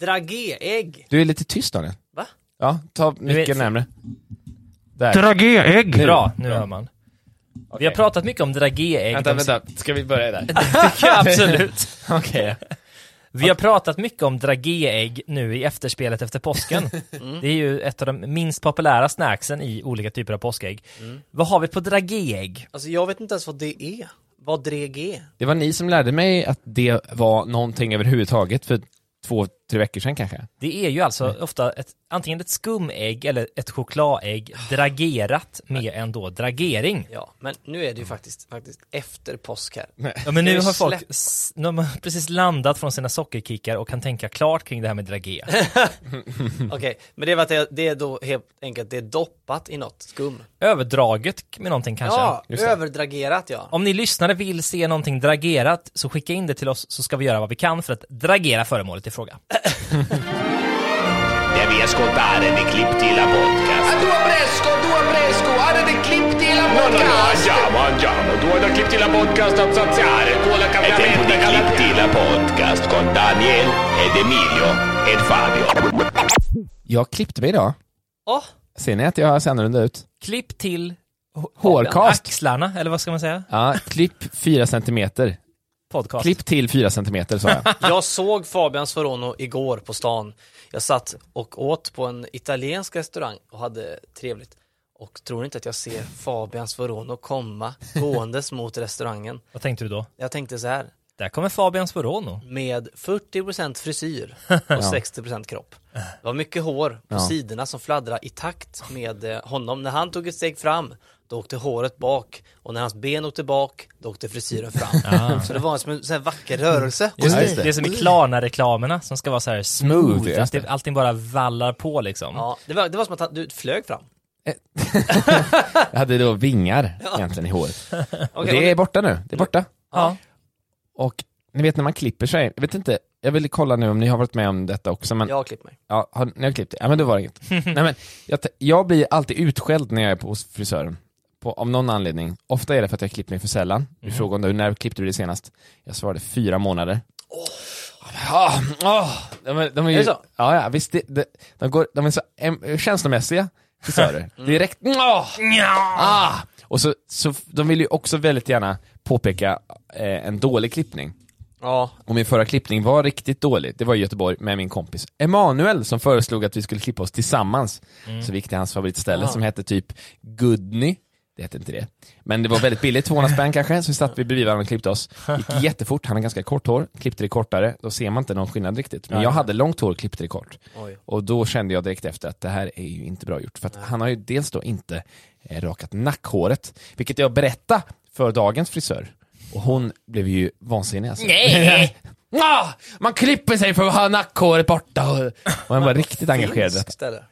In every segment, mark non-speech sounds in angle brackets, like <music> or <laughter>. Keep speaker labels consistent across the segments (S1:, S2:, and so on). S1: Dragé-ägg.
S2: Du är lite tyst Daniel.
S1: Va?
S2: Ja, ta
S1: vet-
S2: mycket närmre. Där.
S3: Dragéägg!
S1: Bra, nu hör man. Vi har pratat mycket om dragéägg.
S2: Vänta,
S1: de-
S2: vänta. Ska vi börja
S1: <laughs>
S2: där?
S1: Ja, Absolut.
S2: Okej.
S1: Vi har pratat mycket om dragéägg nu i efterspelet efter påsken. Det är ju ett av de minst populära snacksen i olika typer av påskägg. Vad har vi på dragéägg?
S4: Alltså jag vet inte ens vad det är. Vad dreg är.
S2: Det var ni som lärde mig att det var någonting överhuvudtaget för två, tre veckor sedan kanske.
S1: Det är ju alltså ofta ett, antingen ett skumägg eller ett chokladägg dragerat med en då dragering.
S4: Ja, men nu är det ju faktiskt, faktiskt efter påsk här.
S1: Ja, men
S4: Det
S1: nu
S4: är
S1: har folk
S4: släpp.
S1: s- de har <laughs> precis landat från sina sockerkickar och kan tänka klart kring det här med dragé.
S4: <laughs> Okej, men det är, för att det, det är då helt enkelt, det är doppat i något skum.
S1: Överdraget med någonting kanske.
S4: Ja, överdragerat ja.
S1: Om ni lyssnare vill se någonting dragerat så skicka in det till oss så ska vi göra vad vi kan för att dragera föremålet i fråga.
S5: Devi ascoltare dei clip di la podcast.
S6: Due presco, due presco, guarda dei clip di la
S5: No, no, no,
S6: podcast.
S5: andiamo, andiamo. Due da clip di la podcast a saziare. Con la È tempo di clip di la podcast con Daniel ed Emilio ed Fabio.
S2: Jag klippte mig idag.
S4: <laughs> Åh,
S2: Ser ni att jag ser annorlunda ut?
S1: Klipp till
S2: Hårkast.
S1: axlarna, eller vad ska man säga?
S2: Ja, klipp fyra centimeter.
S1: Podcast.
S2: Klipp till fyra centimeter sa jag.
S4: jag såg Fabian Sorono igår på stan. Jag satt och åt på en italiensk restaurang och hade trevligt. Och tror inte att jag ser Fabian Sorono komma gåendes mot restaurangen.
S1: Vad tänkte du då?
S4: Jag tänkte så här,
S1: Där kommer Fabian Sorono.
S4: med 40%
S2: <laughs>
S4: frisyr och 60% kropp. Det var mycket hår på sidorna som fladdrade i takt med eh, honom. När han tog ett steg fram, då åkte håret bak och när hans ben åkte bak, då åkte frisyren
S2: <laughs>
S4: fram. Så det var som en sån här vacker rörelse.
S2: Just
S1: det. är som i Klarna-reklamerna som ska vara så här smooth,
S2: Smooth,
S1: att
S2: just
S1: det, allting bara vallar på liksom.
S4: Ja, det, var, det var som att han, du flög fram.
S2: Jag hade då vingar egentligen i håret. Och
S4: och
S2: det är borta nu, det är borta.
S1: Ja.
S2: Och ni vet när man klipper sig, jag vet inte, jag vill kolla nu om ni har varit med om detta också men,
S4: Jag har klippt mig.
S2: ja, har, ni har klippt det? Ja men då var det
S4: <laughs>
S2: inget. Nej men, jag, t- jag blir alltid utskälld när jag är på hos frisören. På, av någon anledning. Ofta är det för att jag klippt mig för sällan. Du
S4: Mm.
S2: frågade om det, när klippte du det senast? Jag svarade fyra månader. Oh. de, är- de är ju,
S4: Är det så?
S2: Ja, ja visst, det, det, de, går, de är så em, känslomässiga
S4: Mm.
S2: frisörer. Direkt, åh! Ah! Och så, så, de vill ju också väldigt gärna påpeka eh, en dålig klippning.
S4: Ja,
S2: Och min förra klippning var riktigt dålig, det var i Göteborg med min kompis Emanuel som föreslog att vi skulle klippa oss tillsammans. Så vi gick till hans favoritställe som hette typ Goodny, det hette inte det. Men det var väldigt billigt, 200 spänn kanske, så vi satt vi bredvid varandra och klippte oss. Gick jättefort, han har ganska kort hår, klippte det kortare, då ser man inte någon skillnad riktigt. Men jag hade långt hår och klippte det kort.
S4: Oj.
S2: Och då kände jag direkt efter att det här är ju inte bra gjort. För att han har ju dels då inte eh, rakat nackhåret, vilket jag berättade för dagens frisör. Och hon blev ju vansinnig alltså.
S1: Nej!
S2: Ah, man klipper sig för att ha nackhåret borta. Och och hon var riktigt engagerad i detta.
S4: finsk ställe.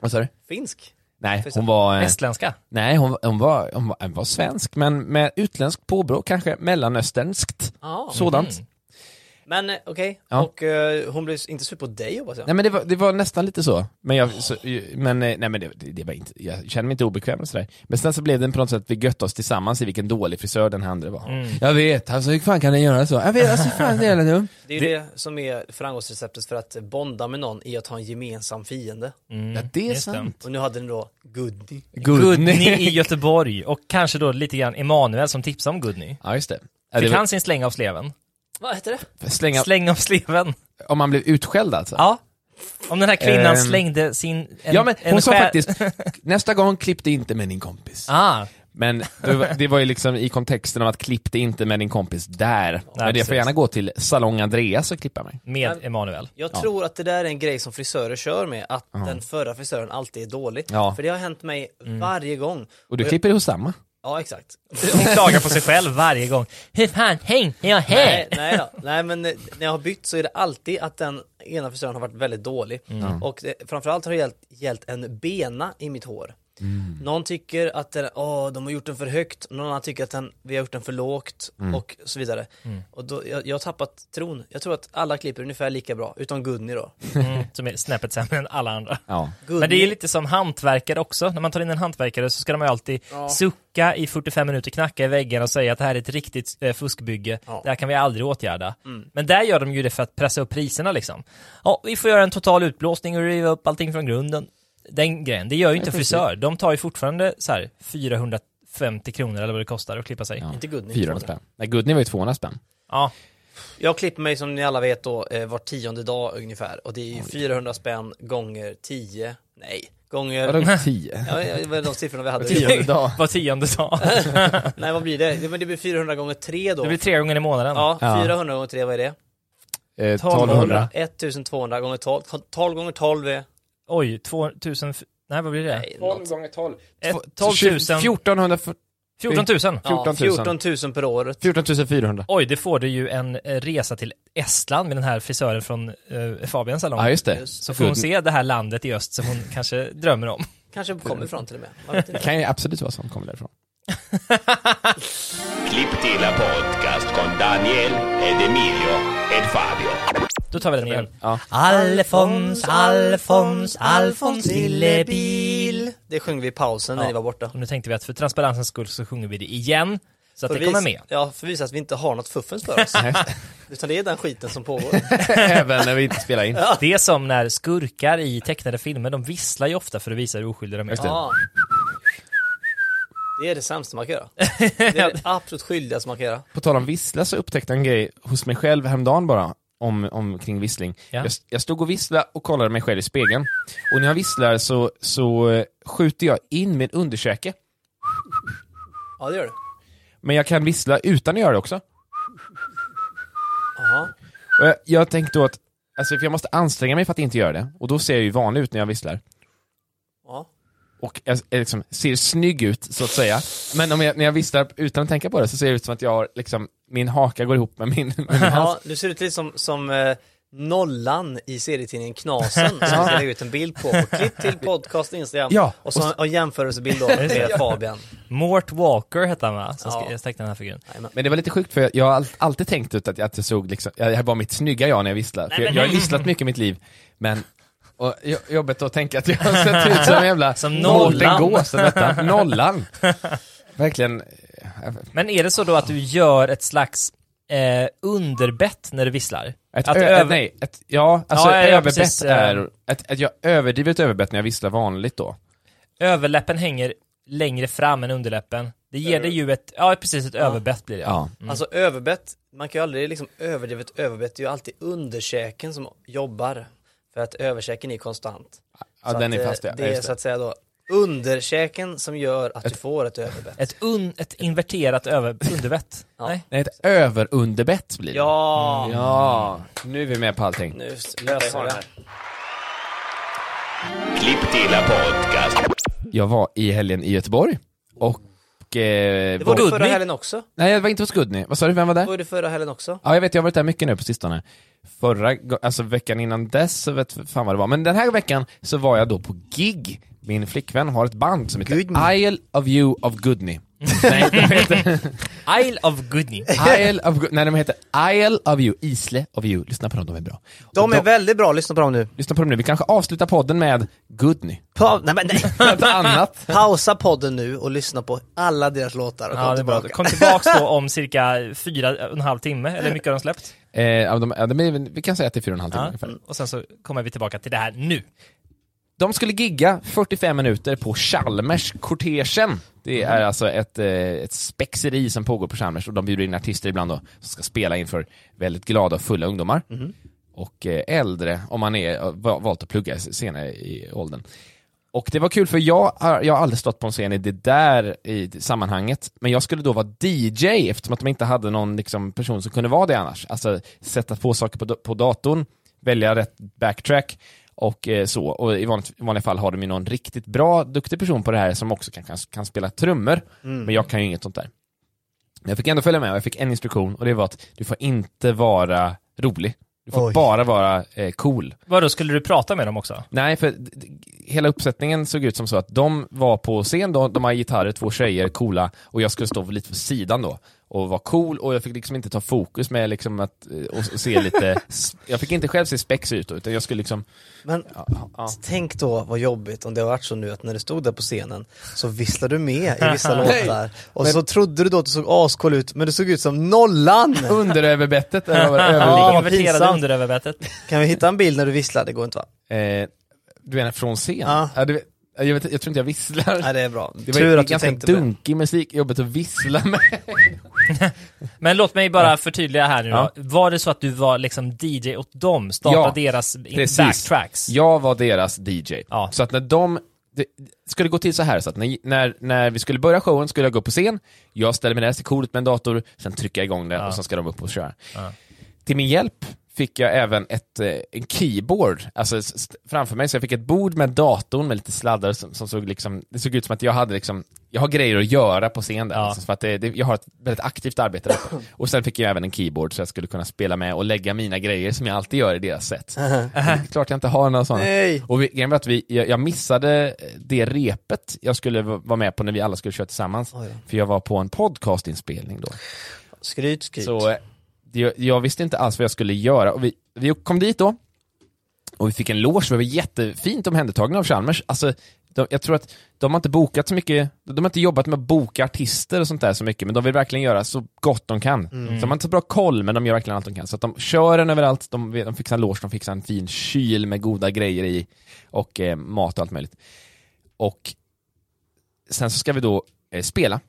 S2: Vad sa du?
S4: Finsk.
S2: Nej, hon var, eh,
S1: Estländska.
S2: nej, hon, hon, var, hon, var, hon var svensk, men med utländskt påbrå kanske, mellanösternskt.
S4: Ja.
S1: mm.
S2: Sådant.
S4: Men eh, okej,
S2: Ja.
S4: och eh, hon blev inte sur på dig hoppas jag.
S2: Nej men det var, det var nästan lite så. Men jag, så, ju- men, eh, nej men det, det det var inte, jag kände mig inte obekväm och sådär. Men sen så blev det på något sätt att vi götte oss tillsammans i vilken dålig frisör den här andra var.
S1: Mm.
S2: Jag vet, alltså hur fan kan den göra så? Jag vet, alltså hur fan är den dum?
S4: Det är ju det som är framgångsreceptet för att bonda med någon i att ha en gemensam fiende.
S2: Ja det är
S1: Mm. just det.
S2: sant.
S4: Och nu hade den då Goodie.
S1: Gudny
S2: Gudny.
S1: i Göteborg och kanske då lite grann Emanuel som tipsade om Gudny.
S2: Ja just det. Ja, det
S1: Fick
S2: var,
S1: han sin släng av sleven?
S4: Vad heter det?
S2: slänga,
S1: Släng av sleven?
S2: om man blev utskälld alltså?
S1: Ja. Om den här kvinnan
S2: Ehm.
S1: slängde sin... En,
S2: ja men hon
S1: en
S2: sa
S1: skär-
S2: faktiskt, <laughs> nästa gång klippte inte med din kompis.
S1: Ah,
S2: Men det var, det var ju liksom i kontexten av att klippte inte med din kompis där. men jag
S1: precis.
S2: får gärna gå till Salong Andreas och klippa mig.
S1: med Emanuel.
S4: Jag tror att det där är en grej som frisörer kör med, att den förra frisören alltid är dålig.
S2: Ja.
S4: För det har hänt mig varje gång.
S2: Eh. Och du klipper hos samma.
S4: Ja, exakt.
S1: Hon klagar på sig själv varje gång. Hur fan hängde jag här?
S4: Nej, nej, då. nej men eh, när jag har bytt så är det alltid att den ena frisören har varit väldigt dålig.
S2: Mm.
S4: Och det, framförallt har det gällt, gällt en bena i mitt hår.
S2: Mm.
S4: Någon tycker att den, åh, de har gjort den för högt, någon annan tycker att den, vi har gjort den för lågt
S2: Mm.
S4: och så vidare. Och då, jag, jag har tappat tron. Jag tror att alla klipper ungefär lika bra, utom Gunni då.
S1: Mm, som är snäppet sämre än alla andra.
S2: Ja.
S4: Gunni,
S1: Men det är lite som hantverkare också. När man tar in en hantverkare så ska de ju alltid sucka i 45 minuter, knacka i väggen och säga att det här är ett riktigt eh, fuskbygge.
S4: Ja.
S1: Det här kan vi aldrig åtgärda. Men där gör de ju det för att pressa upp priserna liksom. Ja, vi får göra en total utblåsning och riva upp allting från grunden. Den grejen. Det gör ju inte frisör. De tar ju fortfarande så här 450 kronor eller vad det kostar att klippa sig. Ja.
S4: inte Gunni.
S2: 400 spänn. Nej, Gudni var ju 200 spänn.
S4: Jag klipper mig som ni alla vet då eh, var tionde dag ungefär och det är ju 400 spänn gånger 10, nej,
S2: Vadå
S4: gånger,
S2: 10?
S4: ja, ja, det var de siffrorna vi hade.
S2: Tionde dag.
S1: Var tionde
S2: <laughs>
S1: dag.
S4: <laughs> Nej vad blir det? det? Men det blir 400 gånger 3 då.
S1: Det blir tre gånger i månaden.
S4: Ja,
S2: Ja.
S4: 400 gånger 3 vad är det?
S2: Eh, 1200.
S4: 1200 gånger 12. 12 gånger 12 är...
S1: Oj, 2000... Nej, vad blir det?
S4: Nej, något.
S2: gånger 12.
S1: Ett- 12 000.
S2: 1400.
S1: 14 000.
S4: Ja,
S2: 14 000.
S4: 14 000 per år.
S2: 14 400.
S1: Oj, det får du ju en eh, resa till Estland med den här frisören från eh, Fabians salong.
S2: Ja, just det.
S1: Så får hon
S2: Gudni-
S1: se det här landet i öst
S2: <laughs>
S1: som hon kanske drömmer om.
S4: Kanske kommer ifrån till och med. Man vet
S2: Det
S4: inte.
S2: kan ju absolut vara som kommer därifrån.
S5: Klipp till la podcast con Daniel ed Emilio ed Fabio.
S1: Då tar vi den igen.
S2: Ja.
S1: Alfons, Alfons, Alfons lillebil.
S4: Det sjöng vi i pausen när ni var borta.
S1: Och nu tänkte vi att för transparensens skull så sjunger vi det igen. Så att
S4: För
S1: det
S4: att
S1: kommer med.
S4: visa- Ja, för att visa att vi inte har något fuffens för
S1: <laughs>
S4: oss. Utan det är den skiten som pågår.
S2: <laughs> Även när vi inte spelar in.
S1: Det är som när skurkar i tecknade filmer, de visslar ju ofta för att visa hur oskyldiga de är.
S2: Just det.
S4: Ja. Det är det sämsta man kan
S2: <laughs>
S4: göra. Det är det absolut skyldigaste man kan göra.
S2: På tal om vissla så upptäckte jag en grej hos mig själv häromdagen bara, om, om kring vissling.
S1: Ja.
S2: Jag, jag stod och visslade och kollade mig själv i spegeln. Och när jag visslar så, så eh, skjuter jag in min underkäke.
S4: Ja, det gör du.
S2: Men jag kan vissla utan att göra det också.
S4: Aha.
S2: Och jag, jag tänkte då att, alltså för jag måste anstränga mig för att inte göra det. Och då ser jag ju vanlig ut när jag visslar. <laughs>
S4: Ja.
S2: Och jag, jag liksom, ser snygg ut, så att säga. Men om jag, när jag visslar utan att tänka på det så ser det ut som att jag har, liksom, min haka går ihop med min, <laughs> med min hals.
S4: Ja, du ser ut lite som, som eh, nollan i serietidningen Knasen
S2: <laughs>
S4: som vi ska lägga ut en bild på. Och klipp till podcast Instagram
S2: Ja,
S4: och så en- en jämförelsebild
S2: <laughs>
S4: då med Fabian.
S2: Mm.
S1: Mort Walker hette han va? Som
S4: Ja.
S1: ja. tecknade den här figuren.
S2: Men det var lite sjukt för jag, jag har all- alltid tänkt ut att jag, att jag såg liksom, jag, det här var mitt snygga jag när jag visslar. För jag, jag har visslat mycket i mitt liv, men och jo- jobbigt att tänka att jag har sett ut som en jävla
S1: Som nollan.
S2: gås eller detta. Nollan. Verkligen. eh,
S1: Men är det så då att du gör ett slags eh, underbett när du visslar?
S2: Ett
S1: att
S2: ö-
S1: över-
S2: Nej, ett, ja, alltså
S1: Ja, ja, ja,
S2: överbett
S1: precis, eh.
S2: är, ett, ett, jag överdrivet överbett när jag visslar vanligt då.
S1: överläppen hänger längre fram än underläppen. Det ger dig ju ett, ja precis, ett överbett blir det.
S2: Ja.
S4: Alltså överbett, man kan ju aldrig liksom överdrivet överbett, det är ju alltid underkäken som jobbar. För att överkäken är konstant.
S2: Ja,
S4: Så
S2: den
S4: att,
S2: är
S4: eh,
S2: fast ja.
S4: Det är
S2: Just
S4: så att säga då underkäken som gör att du får ett överbett.
S1: Ett, un, ett inverterat över, underbett. Nej.
S2: Nej, ett överunderbett blir det.
S4: Ja,
S2: Mm, ja, nu är vi med på allting.
S4: nu löser vi det.
S5: Klipp till la podcast.
S2: Jag var i helgen i Göteborg och... Eh,
S4: Det var
S2: var-
S4: du förra helgen också.
S2: Nej, jag var inte hos Gudny. Vad sa du, vem var där?
S4: Det var du förra helgen också.
S2: Ja, jag vet, jag har varit där mycket nu på sistone. Förra, go- alltså veckan innan dess, så vet fan vad det var. Men den här veckan så var jag då på gig. Min flickvän har ett band som heter Isle of You
S4: <laughs>
S2: of Goodney. Nej, de heter
S1: Mm. Isle of Goodney.
S2: Isle of Good... Nej, de heter Isle of You, Isle of You. Lyssna på dem, de är bra.
S4: De är väldigt bra, lyssna på dem nu.
S2: Lyssna på dem nu, vi kanske avslutar podden med
S4: <laughs>
S2: Goodney.
S4: Pa- nej, men nej.
S2: Något annat.
S4: Pausa podden nu och lyssna på alla deras låtar och
S1: Ja,
S4: kom
S1: det är bra.
S4: tillbaka.
S1: Kom tillbaks då om cirka fyra och en halv timme, eller hur mycket har de släppt?
S2: Eh, ja, de, ja, de är, vi kan säga att det är fyra och en halv timme
S1: Ja.
S2: ungefär.
S1: Och sen så kommer vi tillbaka till det här nu.
S2: De skulle gigga 45 minuter på Chalmers kortegen. Det är alltså ett, eh, ett spexeri som pågår på Chalmers och de bjuder in artister ibland då, som ska spela inför väldigt glada och fulla ungdomar. Och eh, äldre, om man är, har va- valt att plugga s- senare i åldern. Och det var kul för jag har, jag har aldrig stått på en scen i det där i det sammanhanget, men jag skulle då vara DJ eftersom att de inte hade någon liksom, person som kunde vara det annars. Alltså sätta på saker på, da- på datorn, välja rätt backtrack och eh, så. Och i vanligt, i vanliga fall har de ju någon riktigt bra, duktig person på det här som också kan, kan, kan spela trummor. Men jag kan ju inget sånt där. Men jag fick ändå följa med och jag fick en instruktion och det var att du får inte vara rolig. Du får
S4: Oj.
S2: bara vara eh, cool.
S1: Vadå, skulle du prata med dem också?
S2: Nej, för d- d- hela uppsättningen såg ut som så att de var på scen då, de har gitarrer, två tjejer, coola, och jag skulle stå lite på sidan då och vara cool och jag fick liksom inte ta fokus med liksom att, eh, och, och se lite, s- jag fick inte själv se spex ut då, utan jag skulle liksom,
S4: Men tänk då vad jobbigt om det har varit så nu att när du stod där på scenen så visslade du med i vissa låtar och så trodde du då att du såg ascool ut men du såg ut som nollan!
S2: underöverbettet eller vad
S1: Ja,
S2: överligger.
S4: vad
S1: Inverterade
S4: pinsamt.
S1: underöverbettet.
S4: Kan vi hitta en bild när du visslar? Det går inte va?
S2: eh, Du menar från scen?
S4: Ja.
S2: Ja, du, vet- jag, vet, jag tror inte jag visslar.
S4: Nej det är bra.
S2: det var
S4: Tur
S2: ju
S4: att du
S2: ganska
S4: tänkte på det.
S2: dunkig musik, jobbigt att vissla med.
S1: Men låt mig bara förtydliga här nu då.
S2: Ja.
S1: Var det så att du var liksom DJ åt dem? Starta
S2: Ja,
S1: deras backtracks?
S2: Jag var deras DJ.
S1: Ja.
S2: Så att när de, det skulle gå till så här, så att när, när, när vi skulle börja showen skulle jag gå upp på scen, jag ställer mig näst i koret med en dator, sen trycker jag igång det och sen ska de upp och köra. Till min hjälp fick jag även ett eh, en keyboard alltså, s- st- framför mig, så jag fick ett bord med datorn med lite sladdar som, som såg liksom, det såg ut som att jag hade liksom, jag har grejer att göra på scen där,
S1: Ja.
S2: alltså, för att det, det, jag har ett väldigt aktivt arbete där uppe. Och sen fick jag även en keyboard så jag skulle kunna spela med och lägga mina grejer som jag alltid gör i deras set. Men Det är klart jag inte har några sådana.
S4: Nej.
S2: Och vi, grejen var att vi, jag, jag missade det repet jag skulle v- vara med på när vi alla skulle köra tillsammans. För jag var på en podcastinspelning då.
S4: Skryt, skryt.
S2: Så eh, jag, jag visste inte alls vad jag skulle göra. Och vi, vi kom dit då, och vi fick en loge, vi var jättefint omhändertagna av Chalmers. Alltså, de, jag tror att de har inte bokat så mycket, de har inte jobbat med att boka artister och sånt där så mycket, men de vill verkligen göra så gott de kan. Så de har inte så bra koll, men de gör verkligen allt de kan. Så att de kör den överallt, de, de fixar en loge, de fixar en fin kyl med goda grejer i, och eh, mat och allt möjligt. Och sen så ska vi då eh, spela.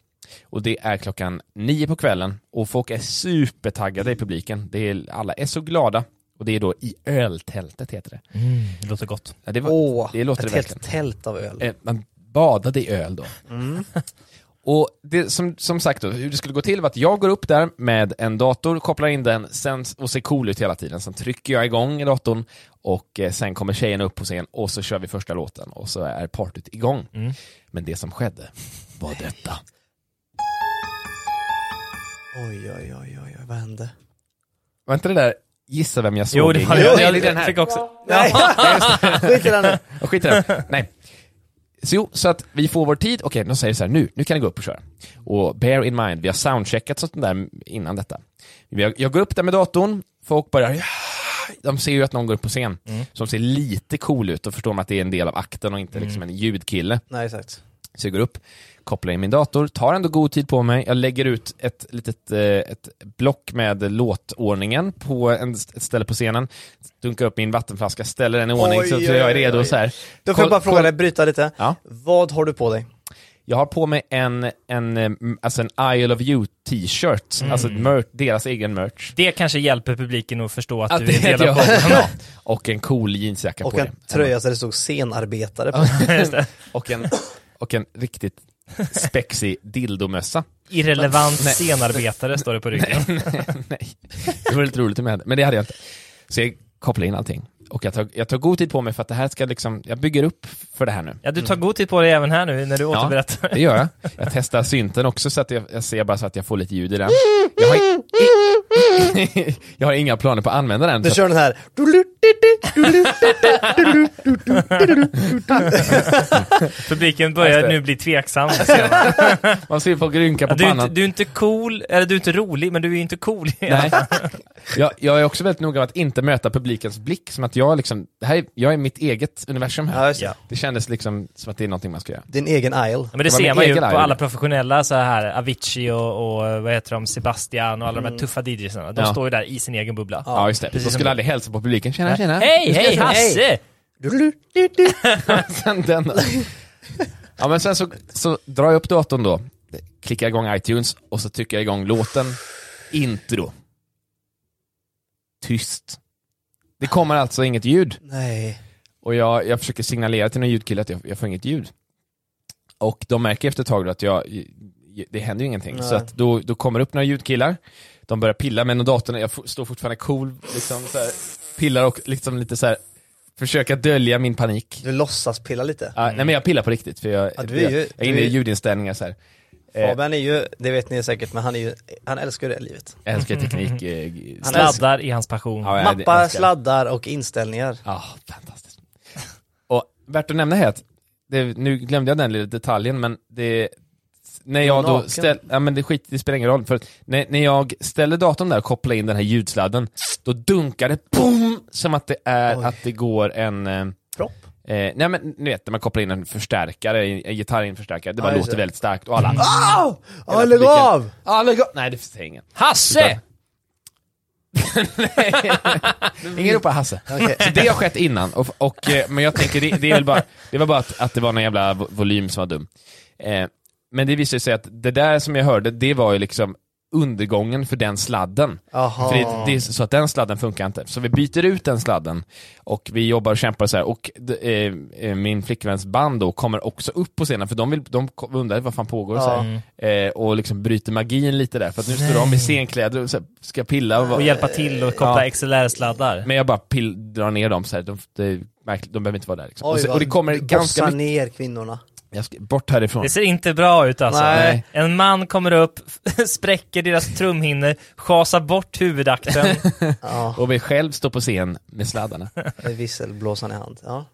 S2: Och det är klockan nio på kvällen och folk är supertaggade i publiken. Det är, alla är så glada. Och det är då i öltältet heter det.
S1: Det låter gott.
S2: Ja, det, var,
S4: Åh,
S2: det låter det
S4: ett
S2: verkligen.
S4: helt tält av öl.
S2: Eh, man badade i öl då.
S1: Mm.
S2: <laughs> Och det, som, som sagt då, hur det skulle gå till var att jag går upp där med en dator, kopplar in den sen, och ser cool ut hela tiden. Sen trycker jag igång datorn och eh, sen kommer tjejerna upp på scen och så kör vi första låten och så är partyt igång.
S1: Mm.
S2: Men det som skedde var
S1: <laughs>
S2: detta.
S4: Oj, oj, oj, oj, oj, vad hände?
S2: Var inte det där gissa vem jag såg?
S1: Jo, det var
S2: igen?
S1: jag,
S2: Nej,
S1: jag,
S2: det är den här.
S1: fick också.
S4: <laughs> Nej, skit i den nu.
S2: Och skit i det. Nej. Så, jo, så att vi får vår tid, okej, de säger så här, nu, nu kan ni gå upp och köra. Och bear in mind, vi har soundcheckat sånt där innan detta. Jag, jag går upp där med datorn, folk börjar, "Ja!" de ser ju att någon går upp på scen, som ser lite cool ut, och förstår man att det är en del av akten och inte liksom en ljudkille.
S4: Nej, exakt.
S2: Så jag går upp, kopplar in min dator, tar ändå god tid på mig, jag lägger ut ett litet eh, ett block med låtordningen på en, ett ställe på scenen, dunkar upp min vattenflaska, ställer den i ordning
S4: Oj,
S2: så, så
S4: oj,
S2: jag är
S4: oj,
S2: redo.
S4: oj.
S2: Så här.
S4: Då får
S2: Koll-
S4: jag bara fråga
S2: koll-
S4: dig, bryta lite.
S2: Ja.
S4: Vad har du på dig?
S2: Jag har på mig en, en, eh, m- alltså en Isle of You t-shirt,
S1: Mm.
S2: alltså mer- deras egen merch.
S1: Det kanske hjälper publiken att förstå att,
S2: Att
S1: du
S2: det
S1: är
S2: är
S1: en del av
S2: jag.
S1: podden. Ja.
S2: Och en cool jeansjacka
S4: Och
S2: på
S4: en
S2: det.
S4: tröja där det stod scenarbetare på.
S1: <laughs>
S2: Och en, och en riktigt spexig dildomössa.
S1: Irrelevant scenarbetare står det på ryggen.
S2: <laughs> Nej, det var lite roligt om jag hade, men det hade jag inte. Så jag kopplar in allting. Och jag tar, jag tar god tid på mig för att det här ska liksom, jag bygger upp för det här nu.
S1: Ja, du tar god tid på dig även här nu när du återberättar. <laughs>
S2: det gör jag. Jag testar synten också så att jag, jag ser bara så att jag får lite ljud i den. Jag har, i, i, <laughs> jag har inga planer på att använda den.
S4: Du
S2: så att-
S4: kör den här.
S1: Publiken börjar
S2: Just det.
S1: nu
S2: <laughs>
S1: bli tveksam. ser jag.
S2: Man ser folk rynka på
S1: Du är, inte,
S2: pannan.
S1: du är inte cool, eller du är inte rolig, men du är inte cool.
S2: Nej. Jag, jag är också väldigt noga med att inte möta publikens blick, som att jag liksom, det här är, jag är mitt eget universum
S4: Ja,
S2: här.
S4: just det.
S2: Det kändes liksom som att det är någonting man ska göra.
S4: Din egen aisle.
S1: Men det,
S2: Det var
S1: ser
S2: min
S1: man ju
S2: egen
S1: på
S2: idol.
S1: alla professionella så här, Avicii och, och vad heter de, Sebastian och alla de här tuffa DJsarna. De
S2: Mm. Ja.
S1: står ju där i sin egen bubbla.
S2: Ja, just det. De
S1: precis som
S2: skulle
S1: du.
S2: aldrig hälsa på publiken. Tjena, tjena.
S1: Hej, hej, Hasse!
S2: Sen den. Ja, men sen så, så drar jag upp datorn då, klickar igång iTunes och så trycker jag igång låten Intro. Tyst. Det kommer alltså inget ljud.
S4: Nej.
S2: Och jag, jag försöker signalera till någon ljudkille att jag, jag får inget ljud. Och de märker efter ett tag då att jag, det händer ju ingenting.
S4: Nej.
S2: Så att då, då kommer upp några ljudkillar, de börjar pilla med någon datorn, jag f- står fortfarande cool, liksom så här, pillar och liksom lite så här försöka dölja min panik.
S4: Du låtsas pilla lite.
S2: Ja, Nej men jag pillar på riktigt, för jag,
S4: Ja, du är
S2: jag,
S4: ju-
S2: jag är inne
S4: du
S2: i
S4: är-
S2: ljudinställningar så här. Eh,
S4: Fabian är ju, det vet ni säkert, men han är ju, han älskar ju det livet.
S2: Jag älskar
S4: <laughs>
S2: teknik. eh,
S4: Han
S2: älskar-
S1: Sladdar i hans passion.
S2: Ja, jag
S4: Mappar,
S2: älskar-
S4: sladdar och inställningar.
S2: Ja, fantastiskt. Och värt att nämna här att, det, nu glömde jag den lilla detaljen, men det, när jag då
S4: naken.
S2: ställ, ja men det skit, det spelar ingen roll, för att när, när jag ställer datorn där och kopplar in den här ljudsladden, då dunkar det boom! Som att det är, att det går en... eh,
S4: Propp.
S2: Eh, nej men ni vet när man kopplar in en förstärkare, en en gitarr i en förstärkare, det
S4: Ja,
S2: bara
S4: just
S2: låter
S4: det. Ah!
S2: väldigt starkt och alla
S4: <laughs> Åh!
S2: hela
S4: Ja, lägg
S2: publiken-
S4: av!
S2: Ja, lägg av! Nej det finns ingen. <laughs>
S1: Hasse!
S2: Ingen ropar Hasse. Så det har skett innan, och, och, eh, men jag tänker det, det, är väl bara, det var bara att, att det var någon jävla vo- volym som var dum. Eh, men det visade sig att det där som jag hörde, det var ju liksom undergången för den sladden.
S4: Jaha.
S2: För det, det är så att den sladden funkar inte. Så vi byter ut den sladden och vi jobbar och kämpar så här. och d- eh, eh, min flickväns band då kommer också upp på scenen för de, vill, de ko- undrar vad fan pågår så här. eh, och liksom bryter magin lite där för att nu står de i scenkläder och så här, ska pilla och,
S1: Och
S2: bara-
S1: hjälpa till och koppla
S2: Ja.
S1: XLR-sladdar.
S2: men jag bara pill, drar ner dem så här. De, de, de behöver inte vara där liksom.
S4: Oj,
S2: och, så,
S4: vad-
S2: och det kommer
S4: du
S2: ganska
S4: bossar
S2: mycket,
S4: ner kvinnorna.
S2: jag ska, bort härifrån.
S1: Det ser inte bra ut alltså.
S4: Nej.
S1: En man kommer upp, <laughs> spräcker deras trumhinnor, schasar bort huvudakten.
S4: Ja,
S2: Och vi själv står på scen med
S1: <laughs>
S2: sladdarna.
S4: med visselblåsan i hand. Ja.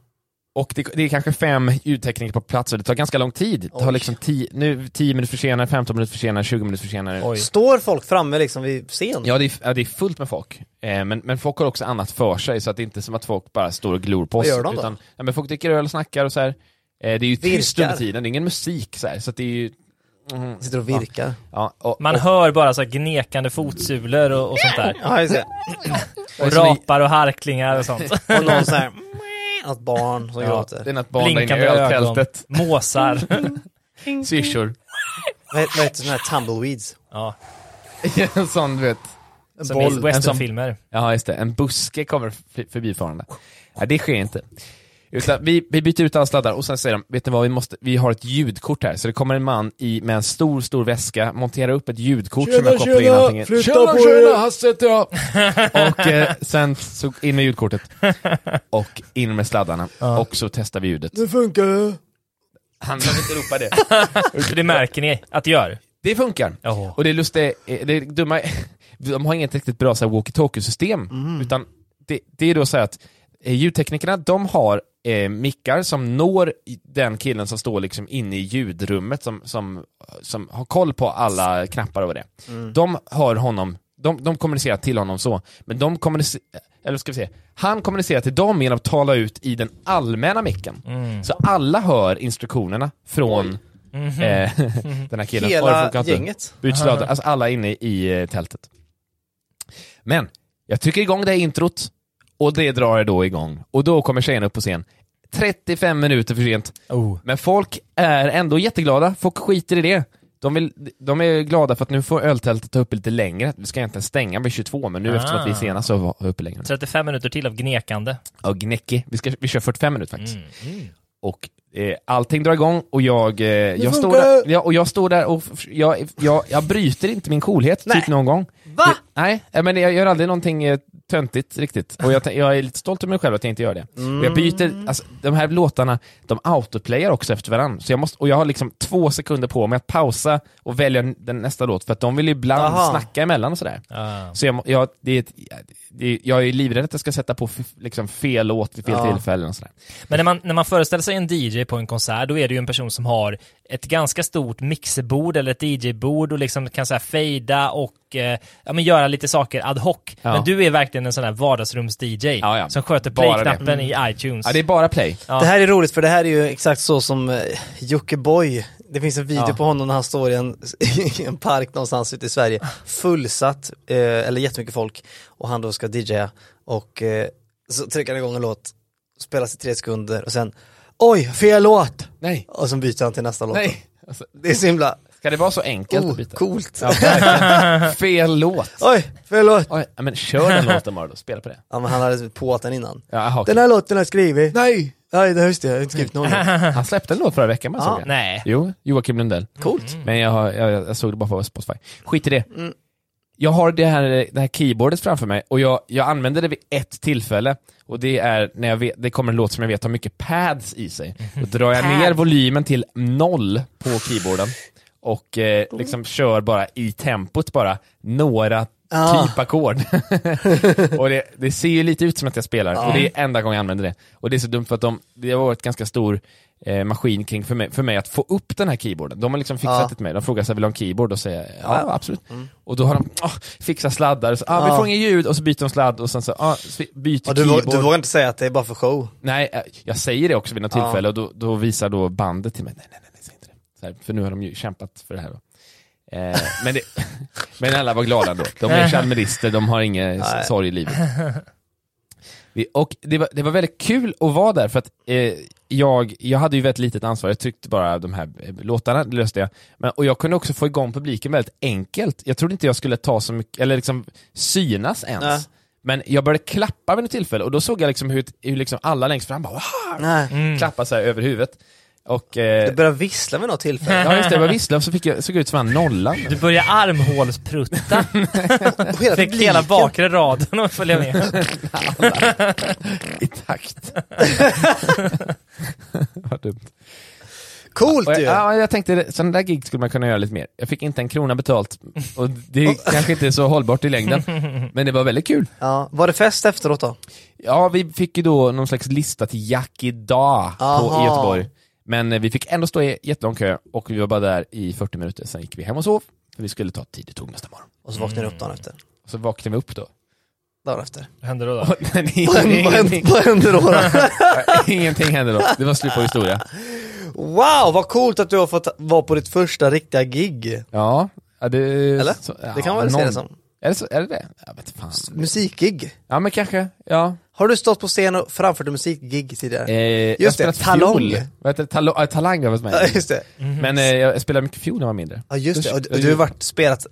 S2: Och det, det är kanske fem ljudtekniker på plats och det tar ganska lång tid. Det tar
S4: Oj.
S2: liksom tio, nu 10 minuter försenade, 15 minuter försenade, 20 minuter försenade.
S1: Oj.
S4: Står folk framme liksom vid scen?
S2: Ja det, är, ja, det är fullt med folk. Eh, men, men folk har också annat för sig, så att det är inte som att folk bara står och glor på oss.
S4: Vad gör de då?
S2: utan, ja, men folk dricker öl och snackar och så här. Eh, det är ju tyst
S4: Virkar.
S2: under tiden, det är ingen musik så här, så att det är ju... Mm,
S4: Sitter och virkar.
S2: ja, och, <laughs>
S1: Man
S2: och,
S1: hör bara så här gnekande fotsulor och, och
S4: <laughs>
S1: sånt där.
S4: Ja, just det.
S1: Och rapar och harklingar
S2: <laughs>
S1: och sånt.
S4: Och någon så här, något barn som
S2: ja, det är
S4: gråter.
S2: något barn där inne i
S1: Blinkande ögon,
S2: öltältet. <laughs>
S1: <laughs> måsar.
S2: Syrsor. <laughs>
S4: Vad heter- vad heter sådana här tumbleweeds?
S1: Ja,
S2: en sån du vet.
S1: som i westernfilmer.
S2: Ja just det, en buske kommer f- förbifarande. Nej det sker inte. Utan vi, vi byter ut alla sladdar och sen säger de, vet ni vad, vi, måste, vi har ett ljudkort här. Så det kommer en man i, med en stor, stor väska, monterar upp ett ljudkort som jag kopplar in antingen. Tjena, tjena, Hasse heter jag! och eh, sen så in med ljudkortet. Och in med sladdarna. Och så testar vi ljudet.
S4: Det funkar
S2: Han behöver inte ropa det.
S1: För det märker ni att det gör.
S2: Det funkar.
S1: Jaha.
S2: Och det lustiga, är- det dumma, är- <laughs> de har inget riktigt bra så här walkie-talkie-system, utan det, det är då så här att eh, ljudteknikerna, de har eh, mickar som når i- den killen som står liksom inne i ljudrummet, som, som, som har koll på alla knappar och vad det är. De hör honom, de, de kommunicerar till honom så, men de kommunicerar, eller ska vi se, han kommunicerar till dem genom att tala ut i den allmänna micken. Så alla hör instruktionerna från
S1: Mm.
S2: eh, <laughs> den här killen. Oj, det
S4: Hela
S2: funkar inte.
S4: gänget.
S2: Utslagna, alltså alla inne i eh, tältet. Men, jag trycker igång det här introt, och det drar jag då igång. Och då kommer tjejerna upp på scen. 35 minuter för sent.
S1: Oh.
S2: Men folk är ändå jätteglada, folk skiter i det. De, vill, de är glada för att nu får öltältet ta upp lite längre. Vi ska egentligen stänga vid 22, men nu
S1: Ah.
S2: eftersom att vi är sena så har vi uppe längre.
S1: 35 minuter till av gnekande.
S2: Ja, gnäcki. Vi, ska, vi kör 45 minuter faktiskt.
S1: Mm.
S2: Och eh, allting drar igång och jag, eh, jag, står där, ja, och jag står där och f- jag, jag, jag bryter inte min coolhet typ någon gång. Va? nej, eh, men jag gör aldrig någonting eh, töntigt riktigt. Och jag, tän- jag är lite stolt över mig själv att jag inte gör det. Och jag
S4: Mm.
S2: byter, alltså, de här låtarna, de autoplayar också efter varandra. Så jag måste, och jag har liksom två sekunder på mig att pausa och välja n- den nästa låt, för att de vill ju ibland
S4: Aha.
S2: snacka emellan och sådär.
S1: Ah.
S2: Så jag, må- jag, det är ett, det är, jag är livrädd att jag ska sätta på f- liksom fel låt vid fel
S4: Ja.
S2: tillfälle och sådär.
S1: Men när man, när man föreställer sig en DJ på en konsert, då är det ju en person som har ett ganska stort mixerbord eller ett DJ-bord och liksom kan så här fejda och eh, ja, men göra lite saker ad hoc.
S2: Ja.
S1: Men du är verkligen en sån här vardagsrums-DJ
S2: Ja, ja.
S1: som sköter
S2: Bara Mm.
S1: play-knappen i iTunes.
S2: Ja, det är bara play.
S1: Ja.
S4: Det här är roligt för det här är ju exakt så som eh, Jockiboi, det finns en video på honom när han står i en, <laughs> i en park någonstans ute i Sverige, fullsatt, eh, eller jättemycket folk, och han då ska DJa och eh, så trycker han igång en låt, spelas i tre sekunder och sen Oj, fel låt!
S2: Nej.
S4: Och så byter han till nästa låt.
S2: Nej. Alltså,
S4: Det är så himla
S2: ska det vara så enkelt att
S4: oh,
S2: byta? <laughs>
S4: coolt.
S2: Ja, verkligen. fel låt.
S4: Oj, fel låt!
S2: Oj, ja, men kör den låten bara då, spela på det.
S4: Ja men han hade påat den innan.
S2: Ja, aha, okej.
S4: Den här låten har jag skrivit.
S2: Nej!
S4: Nej, det just det, jag har inte skrivit någon låt.
S2: <laughs> Han släppte en låt förra veckan, man
S4: Ja,
S2: såg jag.
S1: Nej.
S2: Jo, Joakim Lundell.
S4: Coolt. Mm.
S2: Men jag, har- jag, jag såg det bara på Spotify. Skit i det. Jag har det här, det här keyboardet framför mig och jag, jag använder det vid ett tillfälle och det är när jag vet, det kommer en låt som jag vet har mycket pads i sig. Då drar jag ner volymen till noll på keyboarden och eh, liksom kör bara i tempot bara några
S4: Ah.
S2: typ ackord. <laughs> och det, det ser ju lite ut som att jag spelar och det är enda gången jag använder det. Och det är så dumt för att de, det har varit ganska stor eh, maskin kring för mig, för mig att få upp den här keyboarden. De har liksom fixat
S4: Ja. Mm.
S2: det till mig. De frågar sig vill du ha en keyboard och säger ja, absolut. Och då har de ah, fixat sladdar, och så, ah, vi
S4: Ja.
S2: får ingen ljud och så byter de sladd och sen så ah, så vi byter
S4: Och du, vå-
S2: keyboard.
S4: du vågar inte säga att det är bara för show?
S2: Nej, eh, jag säger det också vid något
S4: Ja.
S2: tillfälle och då, då visar då bandet till mig, nej nej nej, nej säg inte det. Så här, för nu har de ju kämpat för det här då. Eh, men, det, <laughs> men alla var glada ändå.
S4: <laughs>
S2: De är chalmerister, de har ingen s-
S4: Nej.
S2: sorg
S4: <laughs>
S2: i livet. Vi, och det var, det var väldigt kul att vara där för att eh, jag, jag hade ju väldigt litet ansvar, jag tryckte bara de här eh, låtarna, det löste jag. Men, och jag kunde också få igång publiken väldigt enkelt. Jag trodde inte jag skulle ta så mycket, eller liksom synas ens.
S4: Nej.
S2: Men jag började klappa vid något tillfälle och då såg jag liksom hur, hur liksom alla längst fram bara "Wow!"
S4: Nej.
S2: klappade så här över huvudet. Och, eh,
S4: Du börjar vissla vid något
S2: <laughs>
S4: tillfälle.
S2: ja just det, jag bara visslade och så fick jag, såg jag ut som en nollan.
S1: Du börjar
S2: <laughs>
S1: armhålsprutta.
S4: Och hela
S1: Fick hela bakre raden att följa med.
S2: <laughs> I takt. Vad dumt.
S4: Coolt
S2: Och jag,
S4: ju!
S2: ja, jag tänkte, sådana där gig skulle man kunna göra lite mer. Jag fick inte en krona betalt, och det är kanske inte är så hållbart i längden. Men det var väldigt kul.
S4: Ja. Var det fest efteråt då?
S2: Ja, vi fick ju då någon slags lista till Jack idag på,
S4: Aha.
S2: i Göteborg. Men eh, vi fick ändå stå i jättelång kö och vi var bara där i 40 minuter, sen gick vi hem och sov. För vi skulle ta ett tidigt tåg nästa morgon.
S4: Och så vaknade du upp dagen efter.
S2: Och så vaknade vi upp då.
S4: Dagen
S2: <laughs>
S4: efter.
S1: Vad hände då? då?
S2: Och, nej,
S4: Vad <laughs> hände-
S2: ingenting,
S4: vad hände då? då? <laughs>
S2: ingenting hände då. Det var slut på historia.
S4: Wow, vad coolt att du har fått vara på ditt första riktiga gig.
S2: Ja, ja, det...
S4: Eller?
S2: så-
S4: Det kan
S2: ja,
S4: man väl se
S2: någon-
S4: det som.
S2: Är det, så, är det det? Jag vet fan.
S4: Musikgig.
S2: Ja men kanske, ja.
S4: Har du stått på scen och framfört en musikgig tidigare?
S2: Eh, jag
S4: Just
S2: har
S4: det,
S2: spelat fiol.
S4: Talang.
S2: Vad heter det? Talo- ja, Talang har jag varit
S4: Ja,
S2: med i.
S4: just det.
S2: Men eh, jag spelade mycket fiol när jag var mindre.
S4: Ja just det,
S2: Jag-
S4: och du, du har varit spelat,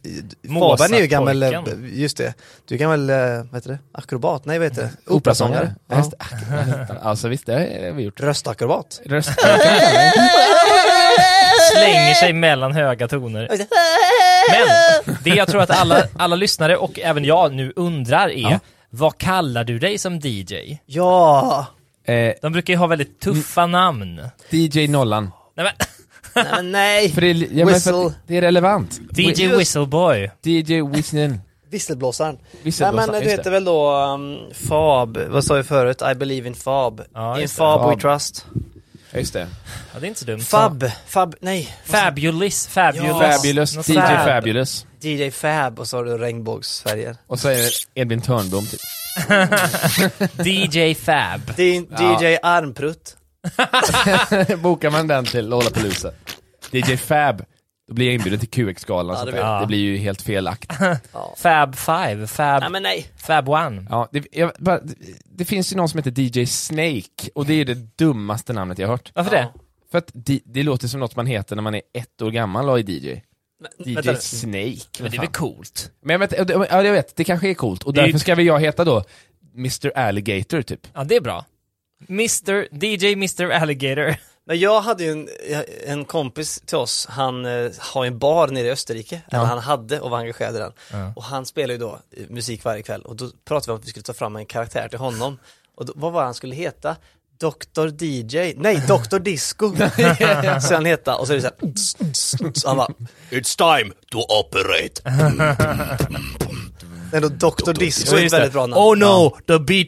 S4: Fabian är ju gammal, eh,
S1: Mozartpojken.
S4: just det, du är gammal, eh, vad heter det, akrobat, nej vad heter det,
S2: Operasångare.
S4: operasångare,
S2: Ja.
S4: ja.
S2: just det. Alltså visst, det har vi gjort.
S4: röstakrobat.
S2: Röst.
S4: <laughs>
S1: Slänger sig mellan höga toner. Men det jag tror att alla, alla lyssnare och även jag nu undrar är,
S2: Ja.
S1: vad kallar du dig som DJ?
S4: Ja!
S2: eh,
S1: De brukar ju ha väldigt tuffa namn.
S2: DJ Nollan.
S1: Nej, <laughs> men,
S4: Nej men nej!
S2: <laughs> För det, är- ja, men för att
S4: Whistle.
S2: det är relevant.
S1: DJ Whistleboy.
S2: Wi- DJ Whistlen.
S4: Visselblåsaren. Nej
S2: Visselblåsaren,
S4: men eh, du
S2: just
S4: heter
S2: det.
S4: väl då um, Fab, vad sa vi förut? I believe in Fab.
S1: Ja,
S4: in
S1: just det.
S4: Fab, we
S2: Fab.
S4: trust.
S2: Just det.
S1: Ja, det är inte så dumt.
S4: Fab, Fab, nej.
S1: Fabulous. Fabulous.
S4: Ja.
S2: Fabulous.
S1: Något
S2: DJ
S1: fab.
S2: Fabulous.
S4: DJ Fab och så har du regnbågsfärger.
S2: Och så är det Edvin Törnblom typ.
S1: DJ Fab.
S4: D- DJ Armprutt.
S2: Bokar man den till Lollapalooza. DJ Fab. Då blir jag inbjuden till QX-galan.
S4: Ja,
S2: sånt
S4: det
S2: där.
S4: blir-
S2: det blir ju helt fel akt.
S1: Fab Five. Fab,
S4: Nej men nej.
S1: fab One.
S2: Ja, det, jag, bara, det- det finns ju någon som heter DJ Snake, och det är det dummaste namnet jag har hört.
S1: Varför det?
S2: För att di, det låter som något man heter när man är ett år gammal och är DJ. DJ
S4: vänta nu.
S2: Snake.
S1: Men det är väl coolt?
S2: Men jag vet, ja, jag vet, det kanske är coolt, och
S1: Det är ju-
S2: därför ska väl jag heta då Mr Alligator typ.
S1: Ja, det är bra. Mr. DJ Mr. Alligator.
S4: Men jag hade ju en, en kompis till oss, han eh, har ju en bar nere i Österrike, eller han hade och var engagerad i den. Och han spelar ju då eh, musik varje kväll och då pratade vi om att vi skulle ta fram en karaktär till honom. Och då, vad var han skulle heta? Dr DJ, nej Dr
S1: <laughs>
S4: Disco skulle han heta och så är det så här, <laughs> tss, tss, tss. han bara
S5: It's time to operate.
S4: Nej, då Dr. Disco är ett väldigt bra namn.
S1: Oh no, the beat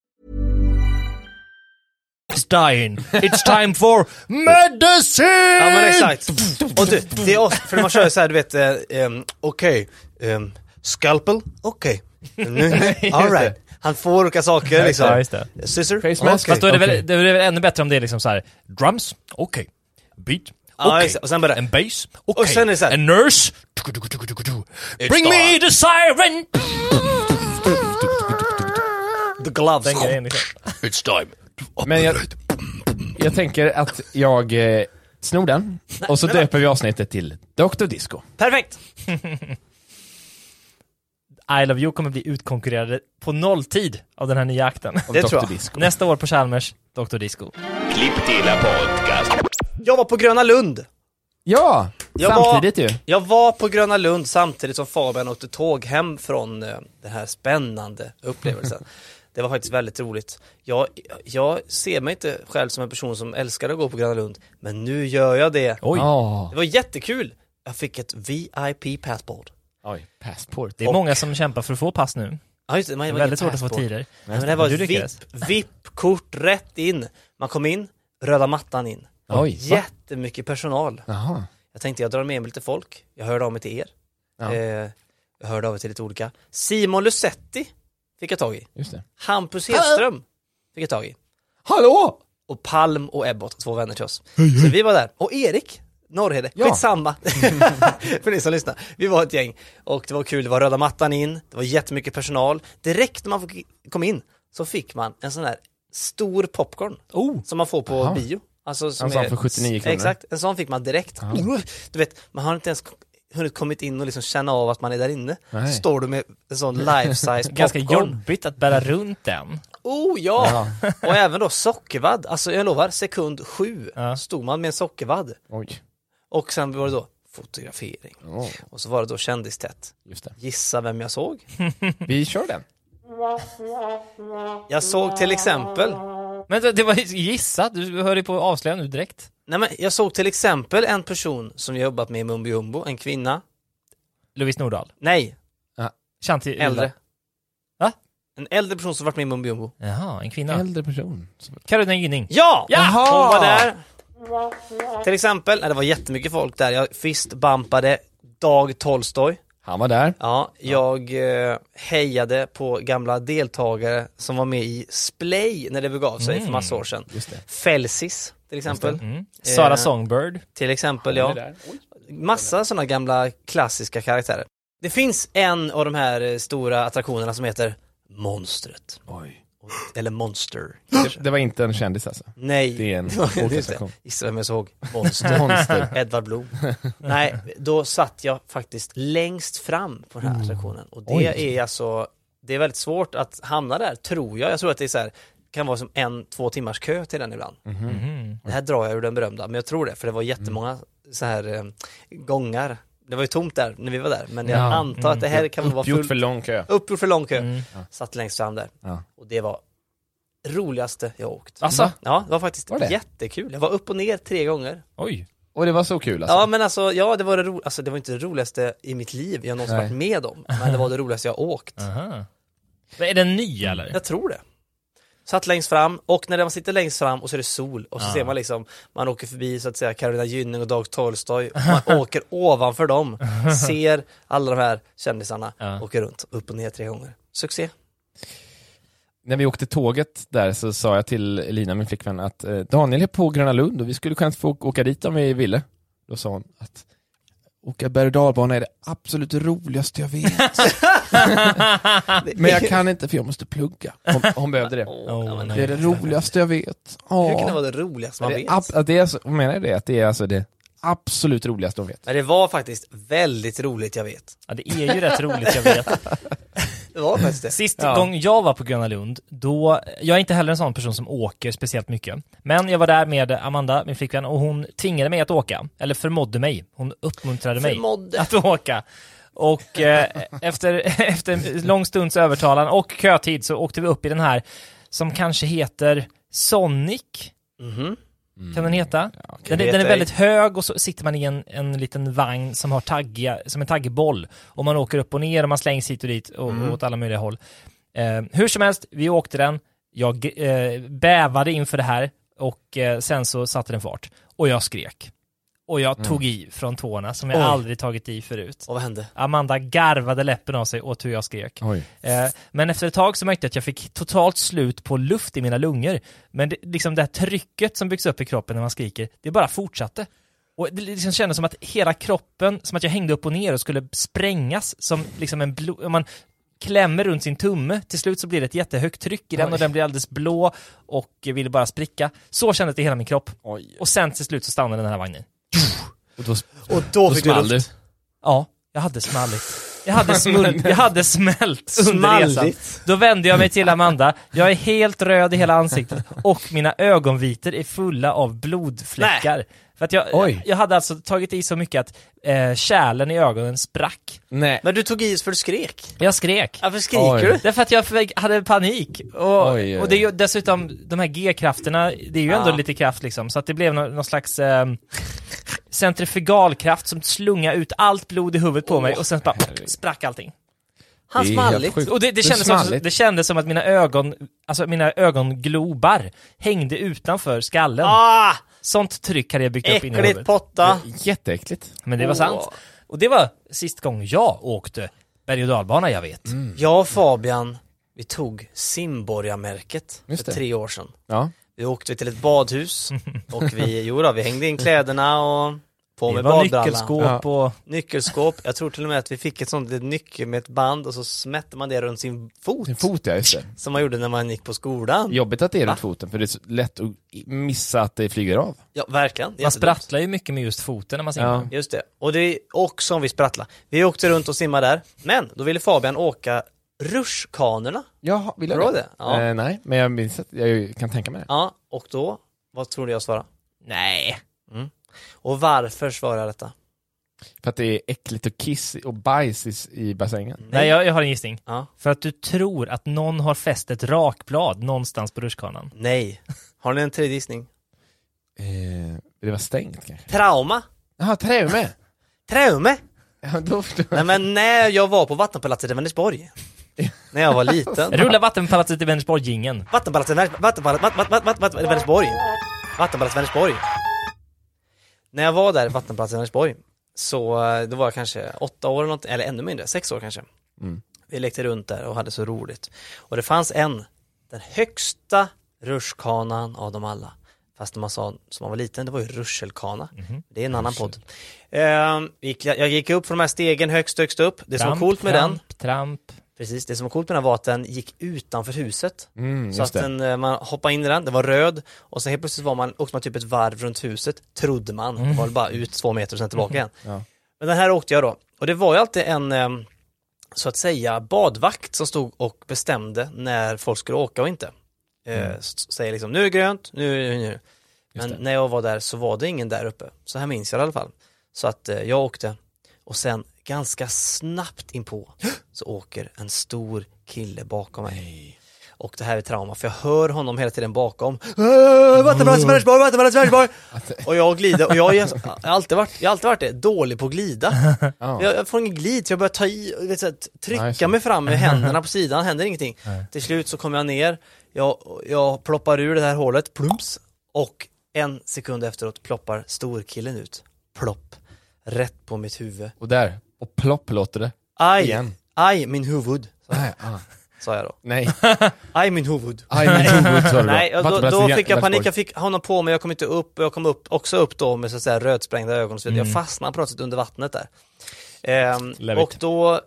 S1: It's dying. It's time for <laughs> medicine!
S4: Ja men exakt. Och du, det är ofta, för man kör så här, du vet, eh, ehm, okej, ehm, scalpel, okej.
S1: <laughs>
S4: Mm, Alright. Han får olika saker liksom.
S1: Ja, just det.
S4: Scissor,
S2: Face mask.
S1: Fast då är det,
S2: Okej.
S1: väl, det är väl ännu bättre om det är liksom så här, drums, okej. Beat,
S4: Ja,
S1: okej.
S4: exakt. Och sen bara-
S1: En bass, okej.
S4: sen är det så här-
S1: En nurse, bring me the siren!
S4: The gloves.
S1: Den grejen liksom.
S5: It's time.
S2: Men jag, jag tänker att jag eh, snor den, och så döper vi avsnittet till Dr. Disco.
S4: Perfekt!
S1: I Love You kommer bli utkonkurrerade på nolltid av den här nya akten. <laughs>
S4: Det
S2: Dr.
S4: tror jag.
S2: Disco.
S1: Nästa år på Chalmers, Dr. Disco.
S5: Klipp till en podcast.
S4: Jag var på Gröna Lund.
S2: Ja!
S4: Jag
S2: samtidigt
S4: var,
S2: ju.
S4: Jag var på Gröna Lund samtidigt som Fabian åkte tåg hem från eh, den här spännande
S1: <laughs>
S4: upplevelsen. Det var faktiskt väldigt roligt. Jag, jag ser mig inte själv som en person som älskar att gå på Gröna Lund, men nu gör jag det.
S1: Oj.
S2: Ja.
S4: Det var jättekul. Jag fick ett VIP passport.
S2: Oj, passport.
S1: Det är många som kämpar för att få pass nu.
S4: Ja just det, man,
S1: Det är
S4: man
S1: väldigt
S4: ingen
S1: svårt att få
S4: passport.
S1: tider.
S4: Nej, men det var
S1: Du
S4: ett VIP,
S1: lyckades.
S4: VIP-kort rätt in. Man kom in, röda mattan in.
S2: Oj, va?
S4: Jättemycket personal.
S2: Jaha.
S4: Jag tänkte jag drar med mig lite folk. Jag hörde av mig till er.
S2: Ja.
S4: Eh, jag hörde av mig till lite olika. Simon Lusetti fick jag tag i.
S2: Just det.
S4: Hampus Hedström fick jag tag i.
S2: Hallå!
S4: Och Palm och Ebbot, två vänner till oss. Så vi var där. Och Erik Norrhede,
S2: Ja.
S4: skitsamma. <laughs> För ni som lyssnar. Vi var ett gäng. Och det var kul, det var röda mattan in, det var jättemycket personal. Direkt när man fick- kom in så fick man en sån här stor popcorn.
S1: Oh.
S4: Som man får på
S2: Aha.
S4: bio. Alltså, som
S2: En sån för 79 kronor.
S4: Exakt, en sån fick man direkt. Oh, Du vet, man har inte ens hunnit kommit in och liksom känna av att man är där inne.
S2: Nej.
S4: Så står du med en sån life size popcorn.
S1: <laughs> Ganska jobbigt att bära runt den.
S4: Oh ja! <laughs> och även då sockervadd, alltså jag lovar, sekund sju stod man med en sockervadd.
S2: Oj.
S4: Och sen var det då fotografering. Och så var det då kändistätt.
S2: Just det.
S4: Gissa vem jag såg?
S2: Vi kör den.
S4: Jag såg till exempel,
S1: Men det, det var ju- gissa, du hör ju på att avslöja nu direkt.
S4: nej men jag såg till exempel en person som jag jobbat med i Mumbo Jumbo, en kvinna.
S1: Louise Nordahl.
S4: Nej,
S1: Shanti Ulla.
S4: äldre.
S1: Va?
S4: En äldre person som varit med i Mumbo Jumbo.
S1: Jaha, en kvinna.
S2: Äldre person.
S1: Carolina Gynning.
S4: Ja!
S1: Jaha!
S4: Hon var där. Till exempel, nej, det var jättemycket folk där. Jag fistbumpade Dag Tolstoj.
S2: Han var där.
S4: Ja, jag eh, hejade på gamla deltagare som var med i Splay när det begav sig
S2: Mm,
S4: för massa år sedan. Felsis till exempel.
S1: Mm. Sara
S4: Eh,
S1: Songbird.
S4: Till exempel ja. Massa sådana gamla klassiska karaktärer. Det finns en av de här eh, stora attraktionerna som heter Monstret.
S2: Oj.
S4: Eller Monster.
S2: Det, det var inte en kändis alltså.
S4: Nej,
S2: Det är
S4: <laughs>
S2: en
S4: det var- det är inte.
S2: åkattraktion.
S4: Gissa vem jag såg? Monster.
S2: Monster.
S4: <laughs> Edvard Blom. Nej, då satt jag faktiskt längst fram på den här attraktionen. Och det är alltså, det är väldigt svårt att hamna där, tror jag. Jag tror att det är så här, kan vara som en, två timmars kö till den ibland. Det här drar jag ur den berömda, men jag tror det, för det var jättemånga så här eh, gångar. Det var ju tomt där när vi var där, men jag
S2: Ja.
S4: antar att det här kan vara
S2: Gjort
S4: full,
S2: för lång kö.
S4: Mm. uppgjort för Mm. lång kö.
S1: Mm.
S4: Satt längst fram där.
S2: Ja.
S4: Och det var roligaste jag åkt.
S1: Alltså,
S4: Ja, det var faktiskt
S2: Var det?
S4: jättekul. Jag var upp och ner tre gånger.
S1: oj.
S2: Och det var så kul alltså.
S4: Ja men alltså, ja det var det, ro- alltså, det var inte det roligaste i mitt liv jag någonsin
S2: Nej.
S4: varit med om, men det var det roligaste jag åkt.
S1: Aha. Men är den ny eller?
S4: Jag tror det. Satt längst fram, och när man sitter längst fram och så är det sol, och så ser man liksom, man åker förbi så att säga Carolina Gynning och Dag Tolstoy, och
S2: <laughs>
S4: man åker ovanför dem, ser alla de här kändisarna,
S1: Ja.
S4: åker runt, upp och ner tre gånger. Succé.
S2: När vi åkte tåget där så sa jag till Elina, min flickvän, att eh, Daniel är på Gröna Lund och vi skulle kanske få åka dit om vi ville. Då sa hon att åka berg och dalbana är det absolut roligaste
S4: <laughs>
S2: jag vet. Ah, Men jag kan inte för jag måste plugga. Hon, hon
S4: <laughs>
S2: behövde det.
S4: Åh, ja, men,
S2: Det är det roligaste jag vet.
S4: hur kan det
S2: Ja.
S4: vara det roligaste man
S2: Det är
S4: vet?
S2: ab- att det är så- Hon menar det, att det är alltså det absolut roligaste hon vet.
S4: Men det var faktiskt väldigt roligt, jag vet.
S1: Ja, det är ju rätt roligt, jag <laughs> vet.
S4: Det var faktiskt det.
S1: Sist
S2: Ja.
S1: gång jag var på Gröna Lund, då, jag är inte heller en sån person som åker speciellt mycket. Men jag var där med Amanda, min flickvän, och hon tvingade mig att åka. Eller förmådde mig. Hon uppmuntrade mig
S4: Förmådde.
S1: att åka. Och eh, efter, <laughs> efter en lång stunds övertalan och kötid så åkte vi upp i den här som kanske heter Sonic. Mhm. Kan den heta? den,
S4: vet
S1: den är
S4: ej.
S1: väldigt hög och så sitter man i en, en liten vagn som har taggiga, som en taggboll. Och man åker upp och ner och man slängs hit och dit och, och åt alla möjliga håll. Eh, hur som helst, vi åkte den. Jag eh, bävade inför det här och eh, sen så satte den fart. Och jag skrek. Och jag tog i från tårna som jag
S4: Oj.
S1: aldrig tagit i förut.
S4: Och vad hände?
S1: Amanda garvade läppen av sig åt hur jag skrek.
S2: Oj.
S1: Eh, Men efter ett tag så märkte jag att jag fick totalt slut på luft i mina lungor. Men det, liksom det här trycket som byggs upp i kroppen när man skriker, det bara fortsatte. Och det liksom kändes som att hela kroppen, som att jag hängde upp och ner och skulle sprängas som liksom en blå... Om man klämmer runt sin tumme, till slut så blir det ett jättehögt tryck i den och den blir alldeles blå och ville bara spricka. Så kändes det i hela min kropp.
S2: Oj.
S1: Och sen till slut så stannade den här vagnen.
S2: Och då,
S4: Och då
S2: då
S4: fick du
S2: small du.
S4: luft.
S1: Ja, jag hade smalligt. Jag hade, smul- jag hade smält under resan.
S4: Smalligt.
S1: Då vände jag mig till Amanda. Jag är helt röd i hela ansiktet och mina ögonvitor är fulla av blodfläckar. För att jag,
S2: Oj.
S1: jag hade alltså tagit i så mycket att eh, kärlen i ögonen sprack.
S2: Nej.
S4: Men du tog i för du skrek.
S1: Jag skrek.
S4: Varför skriker
S2: Oj.
S4: du?
S1: Därför att jag fick- hade panik. Och,
S2: Oj, oj,
S1: och det är ju dessutom, de här G-krafterna, det är ju ändå
S4: Ja.
S1: lite kraft liksom, så att det blev någon, någon slags eh, centrifugalkraft som slungade ut allt blod i huvudet på mig och sen bara sprack allting.
S4: Han
S2: Det är helt
S4: smalligt.
S2: sjukt.
S1: Och det, det,
S2: Det är
S1: kändes som,
S2: smalligt.
S1: det kändes som att mina ögon, alltså mina ögonglobar hängde utanför skallen.
S4: Ah!
S1: Sånt tryck hade jag byggt upp in i
S4: Äckligt
S1: huvudet.
S4: potta.
S2: Jätteäckligt.
S1: Men det var sant.
S4: Åh.
S1: Och det var sist gången jag åkte berg och dalbana, jag vet.
S2: Mm.
S4: Jag och Fabian, vi tog simborgarmärket
S2: Just
S4: för
S2: det.
S4: tre år sedan.
S2: Ja.
S4: Vi åkte till ett badhus och
S1: <laughs>
S4: vi, jo då, vi hängde in kläderna och på
S1: Det
S4: med
S1: var
S4: badbrallorna.
S1: nyckelskåp och...
S4: Nyckelskåp. Jag tror till och med att vi fick ett sånt litet nyckel med ett band och så smätte man det runt sin fot.
S2: Din fot, ja. Just det.
S4: Som man gjorde när man gick på skolan.
S2: Jobbigt att det är runt foten, för det är så lätt att missa att det flyger av.
S4: Ja, verkligen.
S1: Man
S4: Jättedumt.
S1: sprattlar ju mycket med just foten när man simmar.
S2: Ja.
S4: Just det. Och det är också om vi sprattlar. Vi åkte runt och simmade där, men då ville Fabian åka rutschkanorna.
S2: Jaha, vill
S4: Bra det. Ja.
S2: Eh, nej, men jag minns att jag kan tänka mig det.
S4: ja, och då, vad tror du jag svarade?
S1: Nej.
S4: Och varför svarade jag detta?
S2: För att det är äckligt och kiss och bajs i, i bassängen.
S1: Nej, jag, jag har en gissning.
S4: Ja.
S1: För att du tror att någon har fäst ett rakblad någonstans på rutschkanan.
S4: Nej. Har ni en tredje gissning?
S2: Eh, det var stängt kanske.
S4: Trauma?
S2: Jaha, traume!
S4: <laughs> Traume?
S2: ja, då, då.
S4: Nej men när jag var på vattenpalatset i <laughs> Vänersborg, när jag var liten.
S1: Rulla vattenpalatset i Vänersborg, gingen.
S4: Vattenpalatset Vänersborg. Vattenpalatset vatt- vatt- vatt- vatt- vatt- Vänersborg. Vattenpalatset Vänersborg. När jag var där, Vattenpalatset Vänersborg, så eh, då var jag kanske åtta år eller något, eller ännu mindre, sex år kanske. Vi lekte runt där och hade så roligt. Och det fanns en, den högsta rutschkanan av dem alla. Fast när man sa, som man var liten, det var ju rutschelkana. Det är en annan podd. Ehm, vi gick- jag gick upp för de här stegen högst, högst upp. Det som var coolt med den,
S1: tramp, Tramp.
S4: Precis, det som var coolt med den var att den gick utanför huset. så att
S2: Mm, just det.
S4: den, eh, man hoppade in i den, den var röd och sen helt plötsligt var man, åkte man typ ett varv runt huset, trodde man.
S2: Mm.
S4: Det var väl bara ut två meter och sen tillbaka igen. Men den här åkte jag då. Och det var ju alltid en, eh, så att säga, badvakt som stod och bestämde när folk skulle åka och inte. Eh,
S2: Mm.
S4: s- Säger liksom, nu är det grönt, nu, nu, nu. Men när jag var där så var det ingen där uppe. Så här minns jag det i alla fall. Så att eh, jag åkte och sen ganska snabbt inpå så åker en stor kille bakom mig. Och det här är trauma för jag hör honom hela tiden bakom. "Äh,
S2: Mm.
S4: Vattenplats Vänersborg, vattenplats Vänersborg! Och jag glider och jag, är-
S2: <laughs>
S4: jag, har alltid varit, jag har alltid varit det, dålig på att glida.
S2: Ja.
S4: Jag, jag får ingen glid så jag börjar ta i, och, vet, så här, t-
S2: Nej,
S4: trycka
S2: så.
S4: mig fram
S2: <laughs>
S4: med händerna på sidan, händer ingenting. Till slut så kommer jag ner, jag, jag ploppar ur det här hålet, plumps, och en sekund efteråt ploppar storkillen ut, plopp, rätt på mitt huvud.
S2: Och där, och plopp låter det.
S4: Aj,
S2: Igen.
S4: aj min huvud, sa-
S2: Nej, ah.
S4: sa jag då.
S2: nej.
S4: Aj min huvud.
S2: Aj, nej. Sa du då.
S4: Nej, då,
S2: Vattenplatsen
S4: då
S2: i
S4: fick jag panik,
S2: Vänersborg.
S4: jag fick honom på mig, jag kom inte upp, och jag kom upp, också upp då med så att säga rödsprängda ögon och så vidare. Jag
S1: Mm.
S4: fastnade på något sätt under vattnet där. Ehm,
S2: Love
S4: och
S2: it.
S4: då,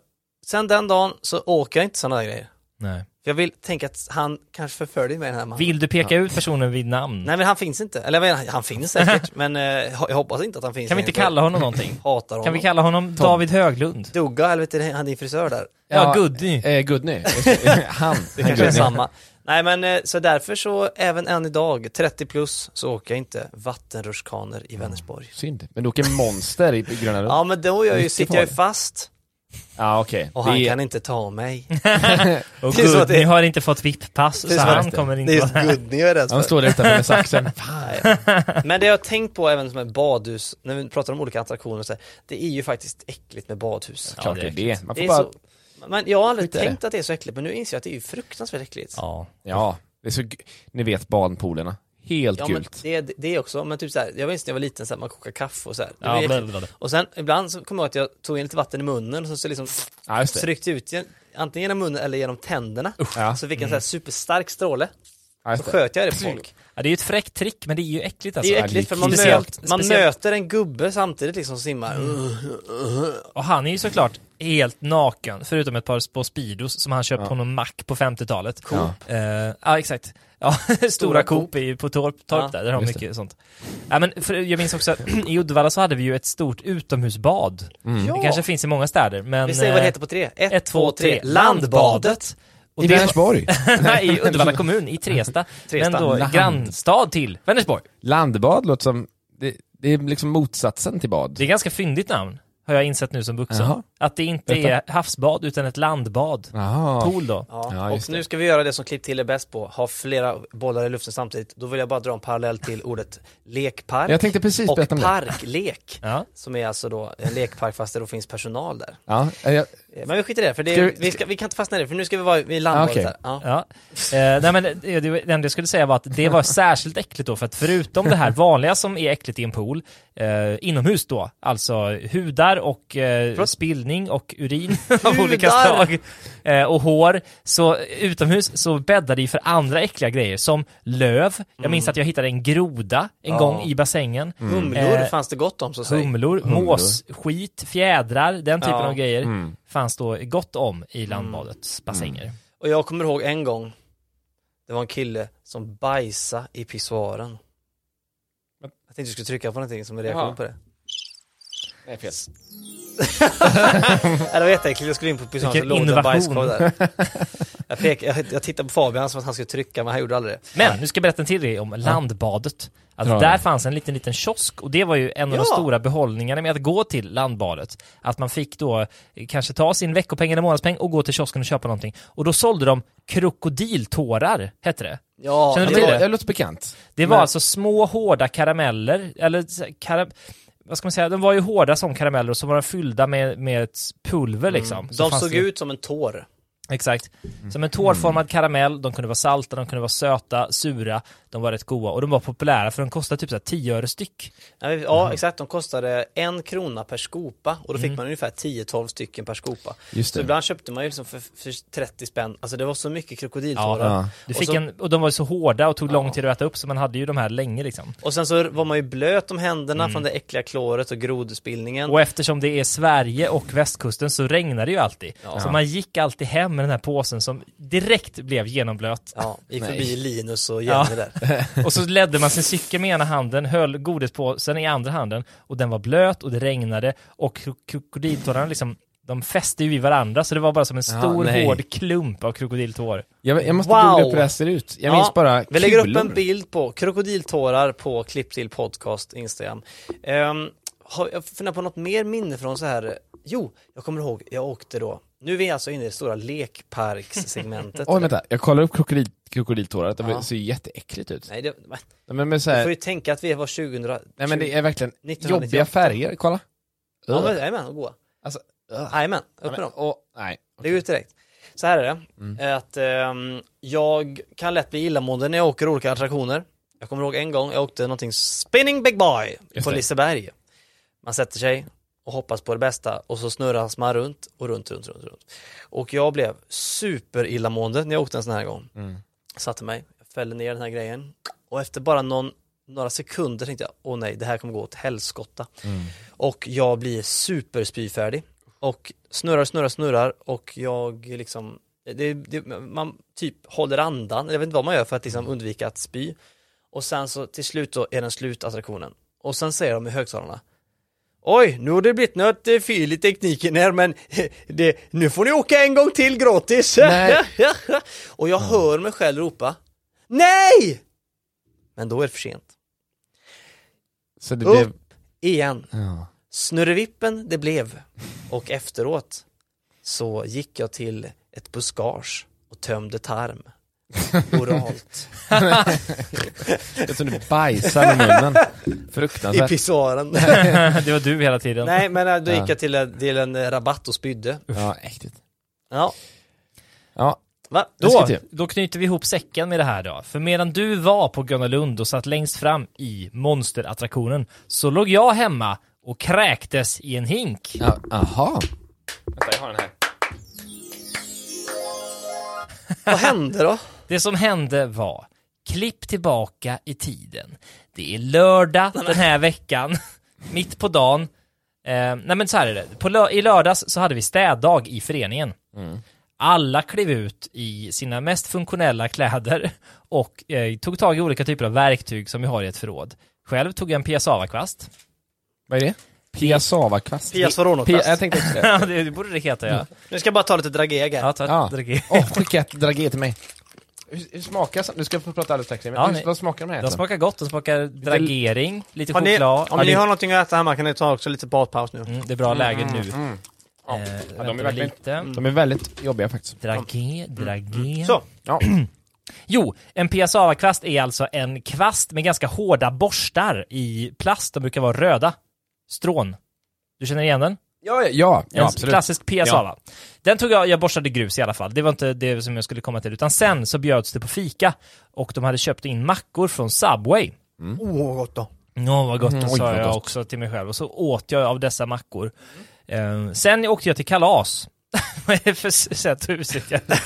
S4: sen den dagen så åker jag inte sådana där grejer.
S1: Nej.
S4: För jag vill tänka att han kanske förföljer mig den här mannen.
S1: Vill du peka ut personen vid namn?
S4: Nej men han finns inte, eller jag menar, han finns
S1: <laughs>
S4: säkert, men eh, jag hoppas inte att han finns.
S1: Kan vi inte kalla
S4: <laughs>
S1: honom någonting?
S4: Hatar honom.
S1: Kan vi kalla honom David Höglund?
S4: Dugga, helvete, han din frisör
S1: <laughs>
S4: där.
S1: Ja, Gudny.
S4: <laughs>
S2: Eh, Gudny. Just det. <laughs> Han.
S4: Det kanske är samma. Nej men eh, så därför så, även än idag, 30 plus, så åker jag inte
S1: Mm.
S4: vattenrutschkanor i Vänersborg.
S2: Synd. Men du åker monster i, i Gröna Lund.
S4: Ja men då är jag ju,
S2: Mycket
S4: sitter jag ju
S2: farligt.
S4: fast
S2: Ja, okej.
S4: och han
S2: Det-
S4: kan inte ta
S2: <laughs>
S4: mig.
S1: Och
S4: <laughs> Det är så
S1: gud,
S4: att det-
S1: ni har inte fått VIP-pass, så
S4: är så
S1: han
S2: att-
S1: kommer
S4: Det är
S1: inte
S4: just
S1: vara här.
S4: Gudny jag är rädd
S2: Han
S4: för.
S2: står där utanför med saxen.
S4: <laughs>
S2: Fan.
S4: Men det jag har tänkt på även som ett badhus, när vi pratar om olika attraktioner och så här, det är ju faktiskt äckligt med badhus.
S2: Klart det är det. Man får
S4: Det är
S2: bara...
S4: så, men jag har aldrig
S2: Skit i det.
S4: tänkt att det är så äckligt, men nu inser jag att det är ju fruktansvärt äckligt.
S1: Ja.
S2: Ja, det är så... gu- Ni vet barnpoolerna. Helt
S4: Ja, men
S2: gult.
S4: det, det också, men typ så här, jag minns när jag var liten så här, man kokade kaffe och så här. Det var
S1: Ja,
S4: äckligt.
S1: blablabla.
S4: Och sen ibland så kommer jag ihåg att jag tog in lite vatten i munnen och så, så liksom
S2: Ja, just det.
S4: tryckte ut gen- antingen genom munnen eller genom tänderna.
S2: Ja.
S4: Så fick jag en så här superstark stråle.
S2: Ja, just
S4: Så
S2: det.
S4: sköt jag det på folk.
S1: ja, det är ju ett fräckt trick, men det är ju äckligt
S4: Det
S1: alltså.
S4: är ju äckligt för man,
S1: Speciellt-
S4: möt, man
S1: speciellt-
S4: möter en gubbe samtidigt liksom som simmar.
S1: Och han är ju såklart helt naken, förutom ett par små Speedos som han köpte på någon mack på 50-talet. Coop. Ja, exakt. Ja, <laughs> stora, Coop i, på Torp, torp
S4: Ja.
S1: där, där har
S2: Just
S1: mycket sånt. Ja, men för, jag minns också, <clears throat> i Uddevalla så hade vi ju ett stort utomhusbad. Det kanske finns i många städer, men...
S4: Vi säger vad
S1: eh,
S4: det heter på tre.
S1: ett,
S4: Ett,
S1: två,
S4: två, tre.
S1: tre.
S4: Landbadet.
S1: och
S7: I
S1: det-
S7: Vänersborg?
S1: <laughs> Nej, i Uddevalla kommun, i Tresta.
S4: Tresta.
S1: Men då,
S2: Land.
S1: grannstad till Vänersborg.
S2: Landbad låter som... Det, det är liksom motsatsen till bad.
S1: Det är ganska fyndigt namn, har jag insett nu som vuxen.
S2: Jaha.
S1: Att det inte är havsbad, utan ett landbad.
S2: Jaha.
S1: Pool då.
S4: Ja,
S2: Ja,
S4: och
S2: just
S4: nu ska vi göra det som Klipp till är bäst på, ha flera bollar i luften samtidigt. Då vill jag bara dra en parallell till ordet lekpark
S2: Jag tänkte precis
S4: och
S2: berätta om
S4: <laughs>
S2: det.
S4: parklek,
S1: Ja.
S4: som är alltså då en lekpark fast det då finns personal där.
S2: Ja, eh, jag,
S4: Eh, Men vi skiter i det, för det,
S2: Ska vi-
S4: vi, ska, vi kan inte fastna i det, för nu ska vi vara vid landbadet
S2: Ah, okej.
S4: här. Ja.
S1: Ja. Eh, nej men det, det det enda jag skulle säga var att det var särskilt äckligt då för att förutom det här vanliga som är äckligt i en pool, eh, inomhus då, alltså hudar och eh, spillning och urin av
S4: <laughs>
S1: olika
S4: Hudar!
S1: slag eh, och hår, så utomhus så bäddar det ju för andra äckliga grejer som löv, jag
S4: Mm.
S1: minns att jag hittade en groda en gång i bassängen.
S2: Mm.
S4: Humlor
S1: Eh,
S4: fanns det gott om, så säg.
S1: Humlor, måsskit, fjädrar, den typen
S4: Ja. Mm.
S1: av grejer fanns då gott om i landbadets bassänger.
S4: Och jag kommer ihåg en gång, det var en kille som bajsade i pissoaren. Jag tänkte du skulle trycka på någonting som en reaktion
S2: Jaha.
S4: på det.
S2: nej,
S4: <laughs>
S2: fel.
S4: Nej, det var jätteäckligt, jag skulle in på pissoaren så
S1: Vilken
S4: låg det en
S1: innovation.
S4: bajskorv där. Jag, pek, jag, jag tittade på Fabian som att han skulle trycka, men han gjorde aldrig det.
S1: Men nu ska jag berätta en till grej om landbadet. Att
S2: Dra
S1: där
S2: den.
S1: fanns en liten, liten kiosk och det var ju en av de
S4: Ja.
S1: stora behållningarna med att gå till landbadet. Att man fick då eh, kanske ta sin veckopeng eller månadspeng och gå till kiosken och köpa någonting. Och då sålde de krokodiltårar, hette det.
S4: Ja,
S1: Känner du
S4: det
S1: till
S4: var-
S1: det?
S2: Det låter bekant.
S1: Det var alltså små hårda karameller, eller så här, kara... vad ska man säga, de var ju hårda som karameller och så var de fyllda med, med ett pulver liksom. Så
S4: Mm. De
S1: fanns
S4: såg
S1: det-
S4: ut Mm. som en tår.
S1: Exakt. Som en tårformad karamell, de kunde vara salta, de kunde vara söta, sura, de var rätt goda och de var populära för de kostade typ så här 10 öre styck.
S4: Ja, vi- ja exakt, de kostade en krona per skopa och då fick man ungefär 10-12 stycken per skopa.
S2: Just
S4: Så
S2: det.
S4: ibland köpte man ju liksom för, för 30 spänn, alltså det var så mycket krokodiltårar.
S1: Ja. Du
S4: Och
S1: fick
S4: så-
S1: en, och de var ju så hårda och tog lång tid att äta upp så man hade ju de här länge liksom.
S4: Och sen så var man ju blöt om händerna från det äckliga kloret och grodspillningen.
S1: Och eftersom det är Sverige och västkusten så regnade det ju alltid. Så man gick alltid hem med den här påsen som direkt blev genomblöt.
S4: Ja, gick förbi
S2: Nej.
S4: Linus och Jenny
S1: Ja.
S4: där.
S1: Och så ledde man sin cykel med ena handen, höll godispåsen i andra handen och den var blöt och det regnade och kro- krokodiltårarna liksom de fäste ju i varandra så det var bara som en stor
S2: nej.
S1: hård klump av krokodiltår. <laughs>
S2: Jag, jag måste
S4: Wow.
S2: googla upp hur det här ser ut. Jag minns bara
S4: Vi lägger upp
S2: kulor.
S4: en bild på krokodiltårar på klipp till podcast Instagram. Um, har jag funderar på något mer minne från så här. Jo, jag kommer ihåg, jag åkte då. Nu är vi alltså inne i det stora
S2: <laughs>
S4: lekparkssegmentet.
S2: Oj, vänta. Jag kollar upp krokodil, krokodiltårar. Det
S4: Ja.
S2: ser ju jätteäckligt ut.
S4: Nej, det, men,
S2: Men, men, så
S4: du
S2: här,
S4: får ju tänka att vi var 2000.
S2: nej, men det är verkligen
S4: 1998.
S2: jobbiga färger. Kolla.
S4: Ja, men, jajamän, och goa.
S2: Alltså,
S4: Jajamän, upp med dem.
S2: och, nej.
S4: Det går ut direkt. Så här är det,
S2: Mm.
S4: att ehm, jag kan lätt bli illamående när jag åker olika attraktioner. Jag kommer ihåg en gång, jag åkte någonting Spinning Big Boy
S2: Just
S4: på
S2: det.
S4: Liseberg. Man sätter sig och hoppas på det bästa och så snurras man runt och runt, runt, runt, runt. Och jag blev superillamående när jag åkte en sån här gång.
S2: Mm.
S4: Satte mig, jag fällde ner den här grejen och efter bara någon, några sekunder tänkte jag, åh nej, det här kommer gå åt helskotta.
S2: Mm.
S4: Och jag blir superspyfärdig och snurrar, snurrar, snurrar och jag liksom, det, det, man typ håller andan, jag vet inte vad man gör för att liksom undvika att spy. Och sen så till slut då är den slut attraktionen. Och sen säger de i högtalarna Oj, nu har det blivit något eh, fel i tekniken här men <laughs> det, nu får ni åka en gång till gratis! <laughs>
S2: Nej.
S4: och jag hör mig själv ropa Nej! Men då är det för sent.
S2: Så det
S4: Upp
S2: blev...
S4: igen.
S2: Ja.
S4: Snurrevippen det blev. Och efteråt så gick jag till ett buskage och tömde tarm. Oralt.
S2: Det är som du bajsar med munnen.
S4: <laughs> I
S2: Fruktansvärt.
S4: pissoaren.
S1: det var du hela
S4: <laughs>
S1: tiden.
S4: Nej men eh, då
S2: Ja.
S4: gick jag till en, till en eh, rabatt och spydde.
S2: Ja, äckligt.
S4: Ja.
S2: Ja,
S4: Va?
S2: Jag
S1: Då,
S2: ska till.
S1: då knyter vi ihop säcken med det här då. För medan du var på Gröna Lund och satt längst fram i monsterattraktionen så låg jag hemma och kräktes i en hink.
S2: ja, aha. Vänta, jag har den här.
S4: Vad hände då?
S1: Det som hände var, klipp tillbaka i tiden. Det är lördag den här veckan, <laughs> mitt på dagen. Eh, nej men så här är det, på lö- i lördags så hade vi städdag i föreningen.
S4: Mm.
S1: Alla klev ut i sina mest funktionella kläder <laughs> och eh, tog tag i olika typer av verktyg som vi har i ett förråd. Själv tog jag en piassavakvast.
S2: Vad är det? Piassavakvast?
S4: Pia
S2: Pia,
S4: Soronokvast.
S2: jag tänkte också
S1: <laughs>
S2: det.
S1: <laughs> Ja, det det borde det heta ja.
S4: Nu ska jag bara ta lite drageg här.
S1: Ja, ta,
S2: Ja.
S1: drick i.
S2: Åh, skicka ett dragé till mig. Hur, hur smakar sam- Du ska få prata alldeles strax. Men
S1: Ja,
S2: hur,
S1: nej.
S2: Vad smakar de här?
S1: Den
S2: egentligen?
S1: smakar gott, den smakar dragering, lite
S4: Har ni,
S1: choklad.
S4: om
S1: Ja,
S4: ni
S1: det-
S4: har någonting att äta hemma kan ni ta också lite badpaus nu.
S1: Mm, det är bra läge nu.
S2: mm. Ja.
S1: Eh,
S2: Ja, de
S1: vänta
S2: är verkligen- Mm,
S1: lite.
S2: De är väldigt jobbiga faktiskt.
S1: Dragé, dragé.
S2: Mm,
S4: Så,
S2: Ja.
S1: Jo, en piassavakvast är alltså en kvast med ganska hårda borstar i plast. De brukar vara röda. Strån. Du känner igen den?
S2: Ja, ja, ja,
S1: en
S2: ja absolut.
S1: klassisk piassava. Den tog jag, jag borstade grus i alla fall. Det var inte det som jag skulle komma till. Utan sen så bjöds det på fika och de hade köpt in mackor från Subway.
S4: åh vad gott då.
S1: Ja, vad gott,
S2: Mm, oj,
S1: sa
S2: vad
S1: jag
S2: gott.
S1: också till mig själv. Och så åt jag av dessa mackor. Eh, sen åkte jag till kalas. <laughs> Vad är det för s- sätt att uttrycka det?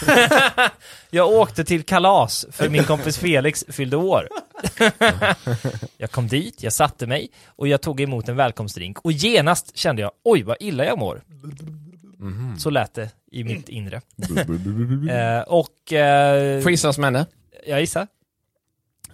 S1: <laughs> Jag åkte till kalas för min kompis Felix fyllde år. <laughs> jag kom dit, jag satte mig och jag tog emot en välkomstdrink. Och genast kände jag, oj vad illa jag mår.
S2: Mhm.
S1: Så lät det i mitt inre. Eh,
S2: Får
S1: och... eh,
S2: jag gissa vad som hände?
S1: jag gissar.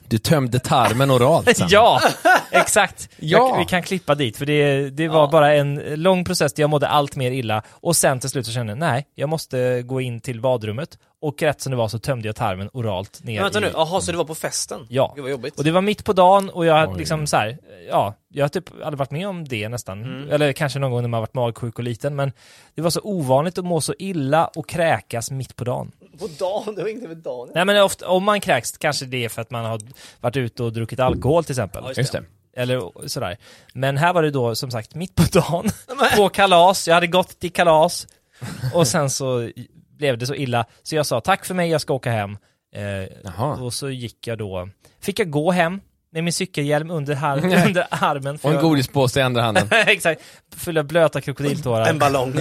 S2: Du tömde tarmen
S1: <laughs>
S2: oralt
S4: Liksom.
S2: sen.
S4: <laughs>
S1: Ja, exakt.
S2: Ja.
S1: Jag, vi kan klippa dit, för det, det var bara en lång process där jag mådde allt mer illa. Och sen till slut så kände jag, nej, jag måste gå in till badrummet. Och rätt som det var så tömde jag tarmen oralt ner
S4: Men vänta
S1: i...
S4: nu, jaha så det var på festen?
S1: Ja.
S4: Gud vad jobbigt.
S1: Och det var mitt på dagen och jag hade liksom så här, ja, jag har typ aldrig varit med om det nästan.
S4: Mm.
S1: Eller kanske någon gång när man varit magsjuk och liten, men det var så ovanligt att må så illa och kräkas mitt på dagen.
S4: På dagen, det var inte med dagen.
S1: Nej men ofta, om man kräks kanske det är för att man har varit ute och druckit alkohol till exempel.
S2: Just det.
S1: Eller sådär. Men här var det då som sagt mitt på
S2: <laughs>
S1: dagen, på kalas, jag hade gått till kalas och sen så blev det så illa så jag sa tack för mig, jag ska åka hem. Eh,
S2: Jaha.
S1: och så gick jag då, fick jag gå hem med min cykelhjälm under, har- <laughs> under armen. för
S2: Och en
S1: jag-
S2: godispåse i andra
S1: <laughs>
S2: handen.
S1: Exakt, full av blöta krokodiltårar.
S4: En ballong.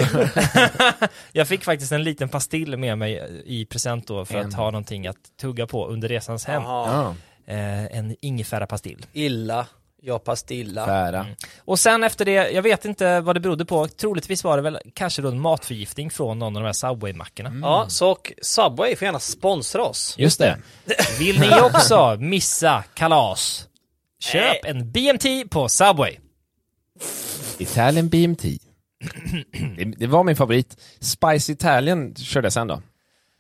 S1: Jag fick faktiskt en liten pastill med mig eh, i present då för
S2: En.
S1: att ha någonting att tugga på under resans hem.
S4: Jaha.
S2: Ja.
S1: Eh, en ingefärapastill.
S4: Illa, jag pastilla.
S2: Fära.
S1: Och sen efter det, jag vet inte vad det berodde på, troligtvis var det väl kanske då en matförgiftning från någon av de här Subway-mackorna.
S4: Ja, så och Subway får gärna sponsra oss.
S2: Just det.
S1: Vill ni också missa kalas? Köp en BMT på Subway.
S2: Italian BMT. det, det var min favorit. Spice Italian körde jag sen då.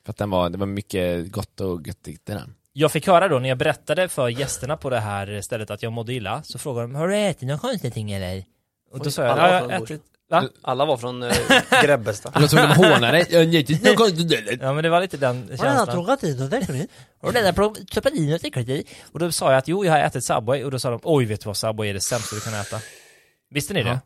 S2: För att den var, det var mycket gott och gött i den.
S1: Jag fick höra då när jag berättade för gästerna på det här stället att jag mådde illa, så frågade de har du ätit någon konstig ting eller? Och då sa jag,
S4: alla
S1: ja, jag
S4: var
S1: har
S4: från
S1: ätit... Va?
S4: <laughs> Alla var från eh, Grebbestad.
S2: <laughs> Det låter som de hånar dig. Jag har njutit någon konstig del.
S1: Ja men det var lite den känslan. Har du redan stoppat i något äckligt i? Och då sa jag att jo, jag har ätit Subway och då sa de oj, vet du vad Subway är det sämsta du kan äta? Visste ni det?
S2: Ja.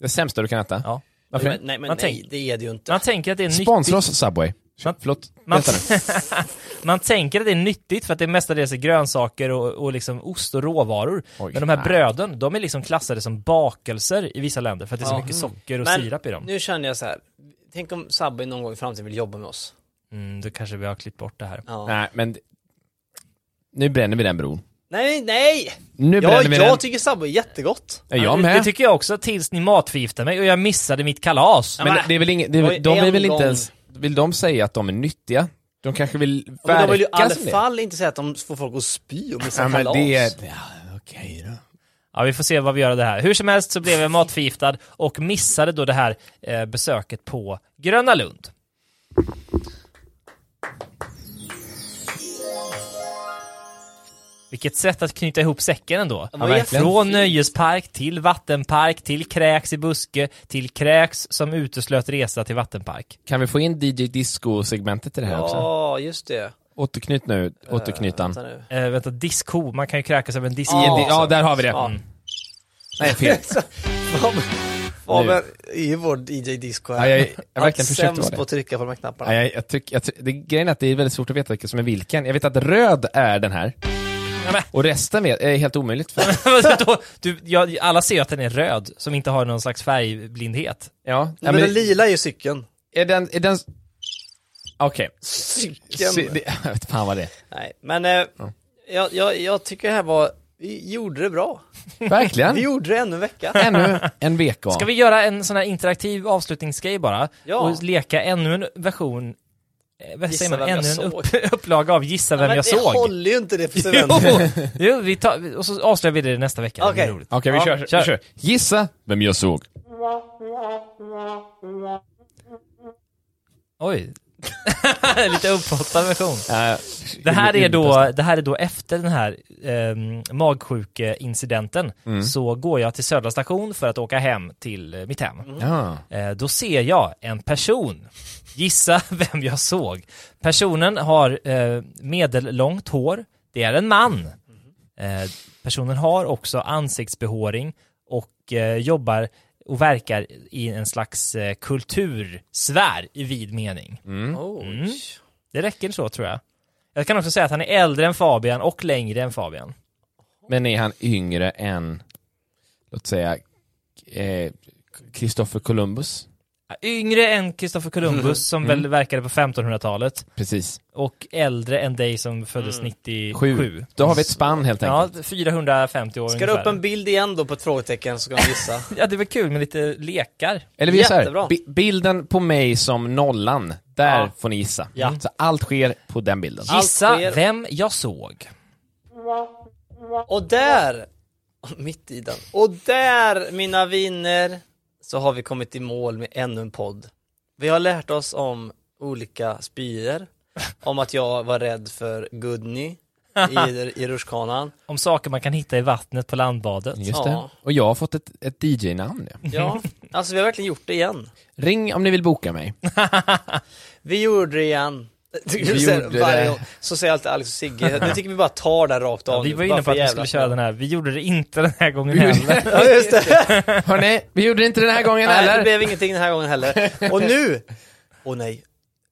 S2: Det sämsta du kan äta.
S1: Ja.
S2: Varför?
S4: Men, nej men
S1: Man
S4: nej,
S1: tänk-
S4: det är det ju inte.
S1: Man tänker att det är nyttigt.
S2: Sponsra oss Subway.
S1: Man-
S2: Förlåt.
S1: Man,
S2: Vänta nu.
S1: man tänker att det är nyttigt för att det mestadels är grönsaker och, och liksom ost och råvaror.
S2: Oj,
S1: men de här
S2: nej.
S1: bröden, de är liksom klassade som bakelser i vissa länder för att det är så
S4: Ja.
S1: mycket socker och
S4: Men
S1: sirap i dem.
S4: nu känner jag så här. tänk om Subway någon gång i framtiden vill jobba med oss.
S1: Mm, då kanske vi har klippt bort det här.
S4: Ja.
S2: Nej, men d- nu bränner vi den bron.
S4: Nej, nej!
S2: Nu
S4: Ja,
S2: bränner vi den.
S4: jag tycker Subway är jättegott.
S2: Ja, jag
S1: det, det
S2: med.
S1: tycker jag också, tills ni matförgiftade mig och jag missade mitt kalas.
S2: Men det är väl inget, det
S4: Det
S2: är,
S4: var ju
S2: väl- de är
S4: en
S2: väl inte
S4: gång-
S2: ens, vill de säga att de är nyttiga? De kanske vill
S4: Men
S2: verka
S4: de vill ju i alla
S2: som det.
S4: fall inte säga att de får folk att spy och missa
S2: Ja, men
S4: kalas.
S2: det är... Ja, okej då.
S1: Ja, vi får se vad vi gör av det här. Hur som helst så
S2: <laughs>
S1: blev jag matförgiftad och missade då det här eh, besöket på Gröna Lund. Vilket sätt att knyta ihop säcken ändå.
S4: men verkligen.
S1: Från nöjespark till vattenpark till kräks i buske till kräks som uteslöt resa till vattenpark.
S2: Kan vi få in DJ Disco-segmentet i det här också?
S4: Ja, just det.
S2: Återknyt nu, återknytan.
S4: Vänta nu.
S1: Eh, vänta, disco. Man kan ju kräkas av en disco.
S2: I en di- ja, där har vi det.
S4: Ja.
S1: <laughs>
S2: Mm.
S4: <laughs>
S2: Nej, fel.
S4: Ja, men- Ja
S2: Nu.
S4: men, är ju vår DJ Disco här.
S2: Ja, jag- jag verkligen försökte
S4: sämst
S2: vara det.
S4: på att trycka på de här knapparna.
S2: Ja, jag, jag tycker, jag, ty- det, grejen är att det är väldigt svårt att veta vilken som är vilken. Jag vet att röd är den här.
S1: men-
S2: Och resten vet, är helt omöjligt för
S1: Då- du, ja, alla ser ju att den är röd, som inte har någon slags färgblindhet.
S2: Ja,
S4: Nej,
S2: ja
S4: men
S2: men
S4: den lila är ju cykeln.
S2: är den... Är den... Okej.
S4: Cykeln.
S2: Se- det- <laughs> Jag vet fan vad det är.
S4: Nej, men eh, jag, jag, jag tycker det här var, vi gjorde det bra. <laughs> Vi
S2: Verkligen.
S4: gjorde det ännu en
S1: <laughs>
S4: vecka.
S2: Ännu en vecka.
S1: Ska vi göra en sån här interaktiv avslutningsgrej bara?
S4: Ja.
S1: Och leka ännu en version, eh, vad
S4: Gissa
S1: säger man,
S4: vem jag
S1: ännu en
S4: såg.
S1: upp, <laughs> upplaga av Gissa vem
S4: men
S1: jag
S4: det
S1: såg.
S4: håller ju inte det för
S1: Jo,
S4: Sven.
S1: <laughs> jo vi tar, och så avslöjar vi det nästa vecka. Det blir
S4: Okej.
S1: roligt.
S2: Okej, vi
S1: Ja,
S2: kör, vi kör. Gissa vem jag såg.
S1: Oj. <laughs> Lite upphottad version.
S2: Eh,
S1: Det här, är då, det här är då efter den här eh, magsjukeincidenten
S2: Mm.
S1: så går jag till Södra station för att åka hem till eh, mitt
S4: Mm.
S1: hem.
S2: Ja.
S1: Eh, då ser jag en person. Gissa <laughs> vem jag såg. Personen har eh, medellångt hår. Det är en man. Eh, personen har också ansiktsbehåring och eh, jobbar och verkar i en slags eh, kultursfär i vid mening. Mm.
S4: Oj.
S1: Det räcker så tror jag. Jag kan också säga att han är äldre än Fabian och längre än Fabian.
S2: Men är han yngre än, låt säga, eh, Christopher Columbus?
S1: Yngre än Kristoffer <laughs> Columbus som väl verkade på 1500-talet
S2: Precis.
S1: och äldre än dig som föddes
S4: Mm.
S1: 97.
S2: Sju. Då har vi ett spann helt
S1: Ja,
S2: enkelt.
S1: 450 år
S4: Ska du
S1: ungefär.
S4: upp en bild igen då på ett frågetecken så kan vi gissa.
S1: Ja, det var kul med lite lekar.
S2: Eller vi gör så
S4: Jättebra.
S2: här, bi- bilden på mig som nollan, där
S4: Ja.
S2: får ni gissa.
S4: Ja.
S2: Så allt sker på den bilden.
S4: Allt
S1: Gissa
S4: sker-
S1: vem jag såg.
S4: Och där, mitt i den, och där mina vänner, så har vi kommit i mål med ännu en podd. Vi har lärt oss om olika spyor, om att jag var rädd för Gudny i, i rutschkanan.
S1: Om saker man kan hitta i vattnet på landbadet.
S2: Just
S4: Ja.
S2: det. Och jag har fått ett, ett DJ-namn. Ja.
S4: Ja, alltså vi har verkligen gjort det igen.
S2: Ring om ni vill boka mig.
S4: Vi gjorde det
S1: <laughs>
S4: igen.
S2: Vi
S4: Så här,
S2: gjorde
S4: varje
S2: det.
S4: år. Så säger alltid Alex och Sigge,
S1: <laughs>
S4: nu tycker vi bara tar det här rakt av
S1: Ja, vi
S4: nu,
S1: var
S4: bara
S1: inne på
S4: för
S1: att vi
S4: jävla
S1: skulle
S4: skull.
S1: köra den här, vi gjorde det inte den här gången heller.
S4: Ja just det,
S2: Hörni, vi gjorde det inte den här gången
S4: nej, det
S2: heller.
S4: blev ingenting den här gången heller. Och
S1: <laughs>
S4: nu, åh nej.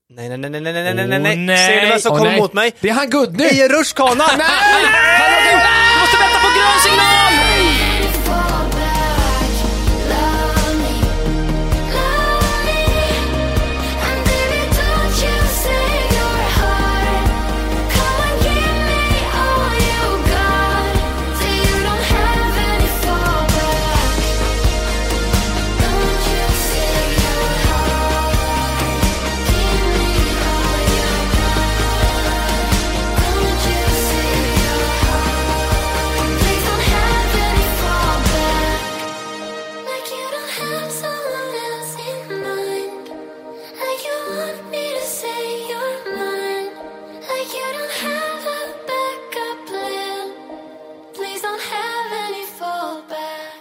S4: Nej nej nej nej nej nej nej nej
S1: Åh,
S4: nej,
S1: nej.
S4: ser ni vem som
S2: Åh,
S4: kommer
S2: nej.
S4: mot mig?
S2: Det är han Gudny!
S4: I en rutschkana!
S1: <laughs>
S2: Du måste vänta på grön signal!
S7: Please don't have any fallback.